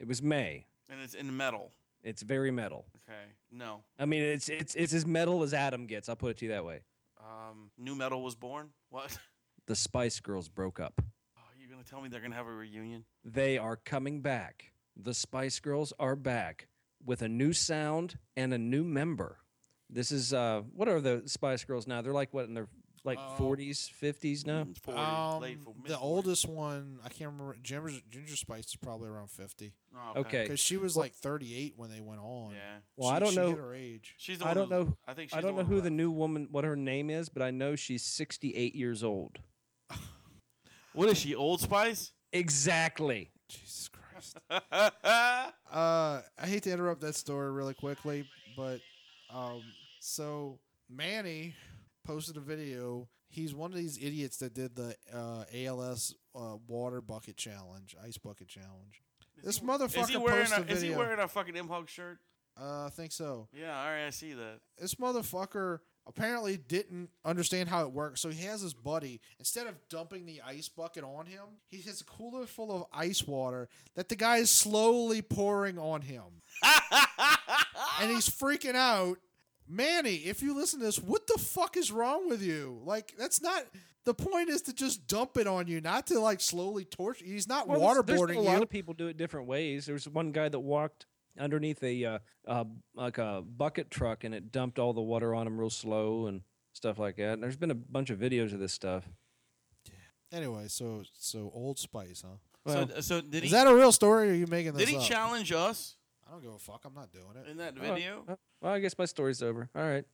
E: It was May.
C: and it's in metal.
E: It's very metal.
C: Okay. No.
E: I mean, it's it's it's as metal as Adam gets. I'll put it to you that way.
C: Um, new metal was born. What? (laughs)
E: The Spice Girls broke up.
C: Oh, you're gonna tell me they're gonna have a reunion?
E: They are coming back. The Spice Girls are back with a new sound and a new member. This is uh, what are the Spice Girls now? They're like what in their like 40s, 50s now.
C: Forty,
D: Um,
C: late Mm, for mid-
D: the oldest one, I can't remember. Ginger, Ginger Spice is probably around 50.
C: Oh,
E: Okay.
D: Because she was like 38 when they went on.
C: Yeah.
E: Well,
D: She-
E: I don't
D: she
E: know.
D: hit her age.
C: She's the
E: I
C: one
E: don't
C: who-
E: know.
C: I think she's
E: I don't know
C: one
E: who the
C: left.
E: new woman, what her name is, but I know she's 68 years old.
C: What is she? Old Spice?
E: Exactly.
D: Jesus Christ.
C: Ah,
D: Uh, I hate to interrupt that story really quickly, but um, so Manny posted a video. He's one of these idiots that did the uh, ALS uh, water bucket challenge, ice bucket challenge. this motherfucker
C: (laughs) is he wearing
D: posted
C: a
D: a video.
C: is he wearing a fucking M Hog shirt?
D: uh, I think so.
C: Yeah, all right, I see that.
D: This motherfucker apparently didn't understand how it works, so he has his buddy. Instead of dumping the ice bucket on him, he has a cooler full of ice water that the guy is slowly pouring
C: (laughs)
D: on him. and he's freaking out. Manny, if you listen to this, what the fuck is wrong with you? Like, that's not the point is to just dump it on you, not to like slowly torture. He's not
E: Well, Oh, there's-
D: waterboarding
E: there's A lot
D: you.
E: of people do it different ways. There was one guy that walked underneath a uh, uh, like a bucket truck and it dumped all the water on him real slow and stuff like that. And there's been a bunch of videos of this stuff.
D: Anyway, so so Old Spice, huh?
C: so, so did he
D: Is that a real story? Or are you making this
C: did he
D: up?
C: challenge us
D: I don't give a fuck. I'm not doing it.
C: in that
E: Oh,
C: video?
E: uh, well, I guess my story's over. All right.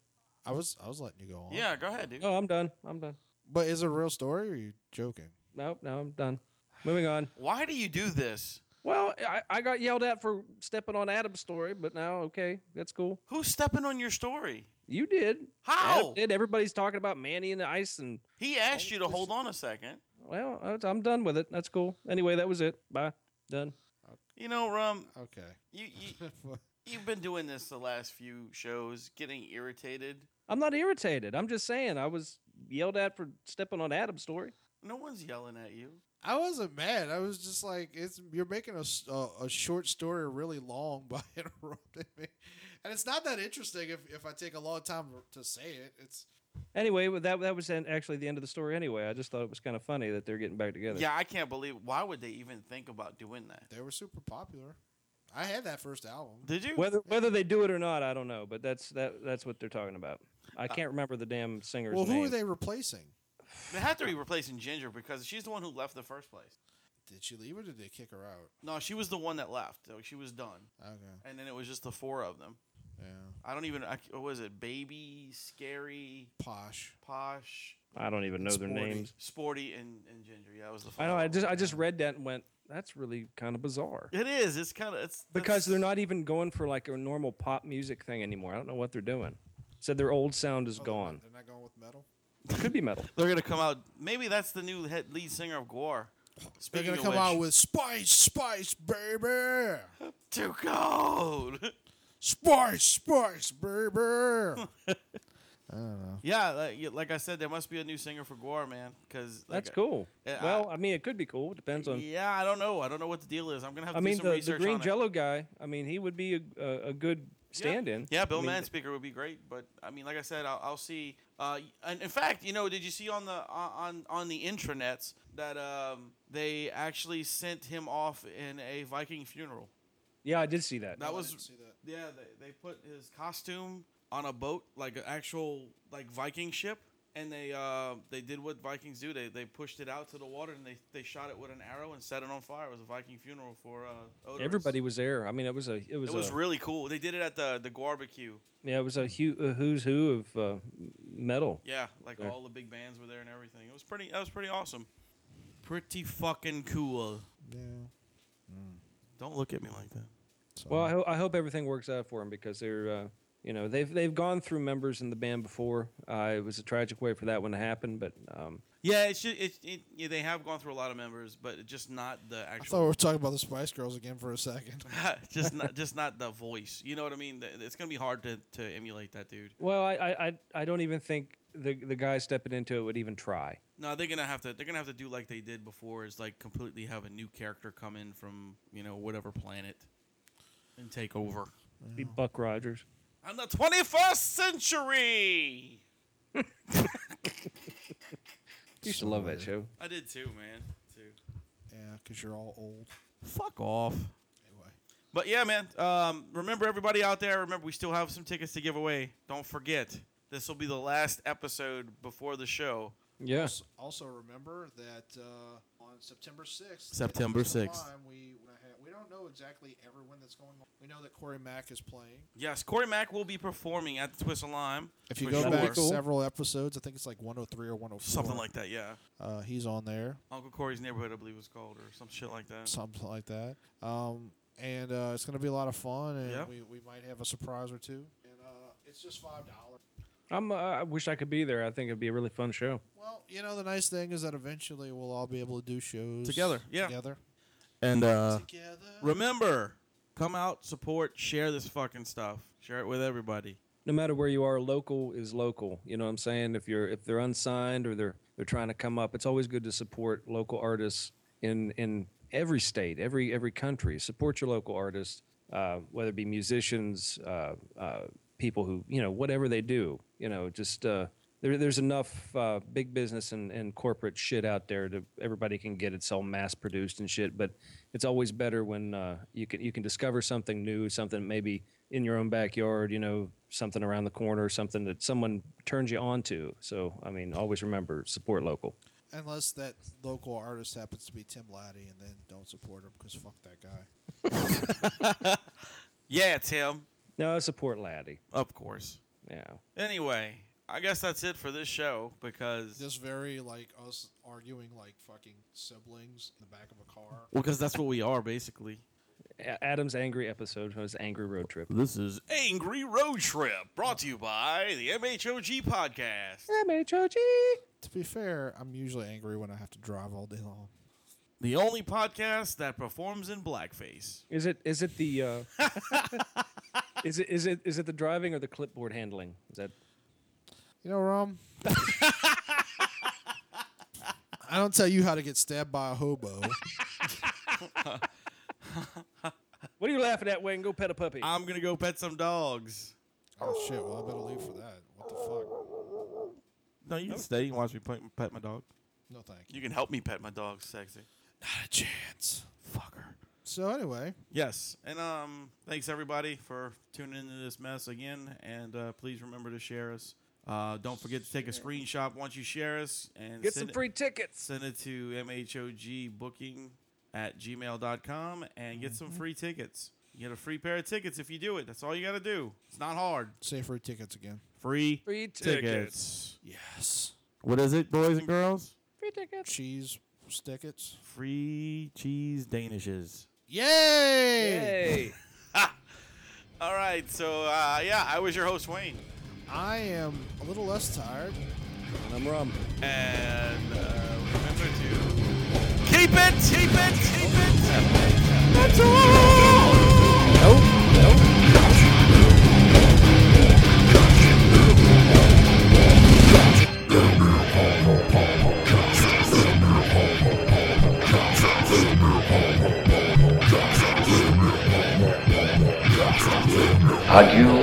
D: I was I was letting you go on.
C: yeah, go ahead, dude.
E: Oh, I'm done. I'm done.
D: But is it a real story or are you joking?
E: Nope. No, I'm done. Moving on.
C: Why do you do this?
E: Well, I, I got yelled at for stepping on Adam's story, but now okay, that's cool.
C: Who's stepping on your story?
E: You did.
C: How?
E: Adam did. Everybody's talking about Manny and the ice, and
C: He asked you to hold on a second.
E: well, I- I'm done with it. That's cool. Anyway, that was it. Bye. Done.
C: You know, Rum,
D: Okay.
C: you,
D: (laughs)
C: you you've been doing this the last few shows, getting irritated.
E: I'm not irritated. I'm just saying I was yelled at for stepping on Adam's story.
C: No one's yelling at you.
D: I wasn't mad. I was just like, it's you're making a, s- a, a short story really long (laughs) by interrupting me, and it's not that interesting if, if I take a long time to say it. It's
E: Anyway, well, that that was an- actually the end of the story. Anyway, I just thought it was kind of funny that they're getting back together.
C: Yeah, I can't believe. Why would they even think about doing that?
D: they were super popular. I had that first album.
C: Did you?
E: Whether whether they do it or not, I don't know. But that's that that's what they're talking about. I can't remember the damn singer's
D: Well, who
E: name.
D: are they replacing?
C: They have to be replacing Ginger because she's the one who left the first place.
D: Did she leave or did they kick her out?
C: No, she was the one that left. So she was done,
D: Okay,
C: and then it was just the four of them.
D: yeah,
C: I don't even. I, what was it? Baby, scary,
D: posh.
C: posh,
E: I don't even know their
D: Sporty.
E: names.
C: sporty, and, and Ginger. Yeah, that was the.
E: I know. I
C: five.
E: just I just read that and went, that's really kind of bizarre.
C: It is. It's kind of. It's
E: Because
C: that's-
E: they're not even going for like a normal pop music thing anymore. I don't know what they're doing. Said their old sound is
C: Hmm.
E: gone.
D: They're not going with metal.
E: Could be metal.
C: They're gonna come out. Maybe that's the new head lead singer of Guar.
D: They're
C: Speaking
D: gonna
C: of
D: come
C: which,
D: out with Spice, Spice, baby,
C: too cold. (laughs)
D: Spice, Spice, baby.
C: yeah, like, yeah, like I said, there must be a new singer for Guar, man. Because
E: That's cool.
C: Yeah,
E: well,
C: I-
E: I, mean, it could be cool. Depends on.
C: Yeah, I don't know. I don't know what the deal is. I'm gonna have to
E: I mean,
C: do some
E: the, the
C: research
E: green
C: on it.
E: jello guy. I mean, he would be a, a, a good
C: Yeah.
E: stand-in.
C: Yeah, Bill
E: I mean,
C: Manspeaker would be great, but I mean, like I said, I'll, I'll see. Uh, and in fact, you know, did you see on the uh, on on the intranets that um, they actually sent him off in a Viking funeral?
E: Yeah, I did see that.
C: That
D: Oh, I
C: was
D: didn't see that.
C: yeah. They, they put his costume on a boat, like an actual like Viking ship, and they uh, they did what Vikings do. They they pushed it out to the water and they, they shot it with an arrow and set it on fire. It was a Viking funeral for uh, Odorous.
E: Everybody was there. I mean, it was a it was, uh,
C: It was
E: a,
C: really cool. They did it at the the barbecue.
E: yeah, it was a, hu- a who's who of uh, metal.
C: Yeah, like
E: Yeah.
C: all the big bands were there and everything. It was pretty. That was pretty awesome. Pretty fucking cool.
D: Yeah. Mm.
C: Don't look at me like that.
D: So,
E: Well, I, ho- I hope everything works out for them because they're, uh, you know, they've they've gone through members in the band before. Uh, it was a tragic way for that one to happen, but um,
C: Yeah, it's just, it, it, yeah, they have gone through a lot of members, but just not the
D: I thought we
C: actual, (laughs)
D: were talking about the Spice Girls again for a second.
C: just not just not the voice. You know what I mean? Th- It's gonna be hard to, to emulate that dude.
E: well, I, I I- I don't even think the the guy stepping into it would even try.
C: No, they're gonna have to they're gonna have to do like they did before, is like completely have a new character come in from you know whatever planet and take over.
E: Be Buck Rogers.
C: I'm the 21st century.
E: Used to love that show.
C: I did too, man. Too.
D: Yeah, because you're all old.
C: Fuck off.
D: Anyway.
C: But yeah, man. Um, remember everybody out there. Remember we still have some tickets to give away. Don't forget. This will be the last episode before the show.
E: Yeah.
D: Also- Also remember that uh, on September 6th.
C: September
D: at the
C: 6th.
D: time, We, we ha- we don't know exactly everyone that's going on. We know that Corey Mack is playing.
C: Yes, Corey Mack will be performing at the Twist of Lime.
D: If you
C: for
D: go
E: sure.
D: back
E: That'd be cool.
D: several episodes, I think it's like 103 or 104.
C: something like that. Yeah,
D: Uh, he's on there,
C: Uncle Corey's neighborhood, I believe, was called, or some shit like that.
D: something like that. Um, and uh, it's gonna be a lot of fun, and
C: Yeah.
D: we, we might have a surprise or two. And uh, it's just five dollars.
E: I'm. Uh, I wish I could be there. I think it'd be a really fun show.
D: Well, you know the nice thing is that eventually we'll all be able to do shows
C: Together, yeah.
D: together,
C: And uh,
D: together.
C: remember, come out, support, share this fucking stuff. Share it with everybody.
E: No matter where you are, local is local. You know what I'm saying? If you're if they're unsigned or they're they're trying to come up, it's always good to support local artists in in every state, every every country. Support your local artists, uh, whether it be musicians, uh, uh, people who you know whatever they do. You know, just uh, there, there's enough uh, big business and, and corporate shit out there to everybody can get it. It's all mass produced and shit. But it's always better when uh, you can you can discover something new, something maybe in your own backyard. You know, something around the corner, something that someone turns you on to. So I mean, always remember support local.
D: Unless that local artist happens to be Tim Laddie, and then don't support him because fuck that guy.
C: Yeah, Tim.
E: No, support Laddie.
C: Of course.
E: Yeah.
C: Anyway, I guess that's it for this show because
D: This very like us arguing like fucking siblings in the back of a car.
C: well, because that's what we are basically.
E: A- Adam's angry episode was angry road trip.
C: This is Angry Road Trip, brought to you by the MHOG Podcast.
D: To be fair, I'm usually angry when I have to drive all day long.
C: The only podcast that performs in blackface.
E: Is it is it the uh, (laughs) is it is it is it the driving or the clipboard handling? Is that
D: You know, Rom. (laughs) I don't tell you how to get stabbed by
C: (laughs)
D: a hobo.
E: what are you laughing at, Wayne? Go pet a puppy.
C: I'm going to go pet some dogs.
D: oh shit! Well, I better leave for that. What the fuck?
C: No, you can stay. You can watch me pet, pet my dog.
D: No, thank you.
C: You can help me pet my dog, sexy.
D: Not a chance.
C: Fucker.
D: So anyway,
C: Yes. And um, thanks, everybody, for tuning into this mess again. And uh, please remember to share us. Uh, don't forget to take a screenshot once you share us. and
E: Get
C: send
E: some
C: it-
E: free tickets.
C: send it to mhogbooking at gmail.com and get some free tickets. You get a free pair of tickets if you do it. That's all you got to do. It's not hard.
D: safe route tickets again.
C: Free,
E: Free
C: tickets.
D: Yes.
C: What is it, boys and girls?
D: Cheese stickets.
C: Free cheese Danishes.
D: Yay!
E: Hey.
C: All right. So, uh, yeah, I was your host, Wayne.
D: I am a little less tired.
E: I'm Rum.
C: And uh, remember to keep it, keep it, keep it. That's all.
E: Nope. Nope.
H: Adieu,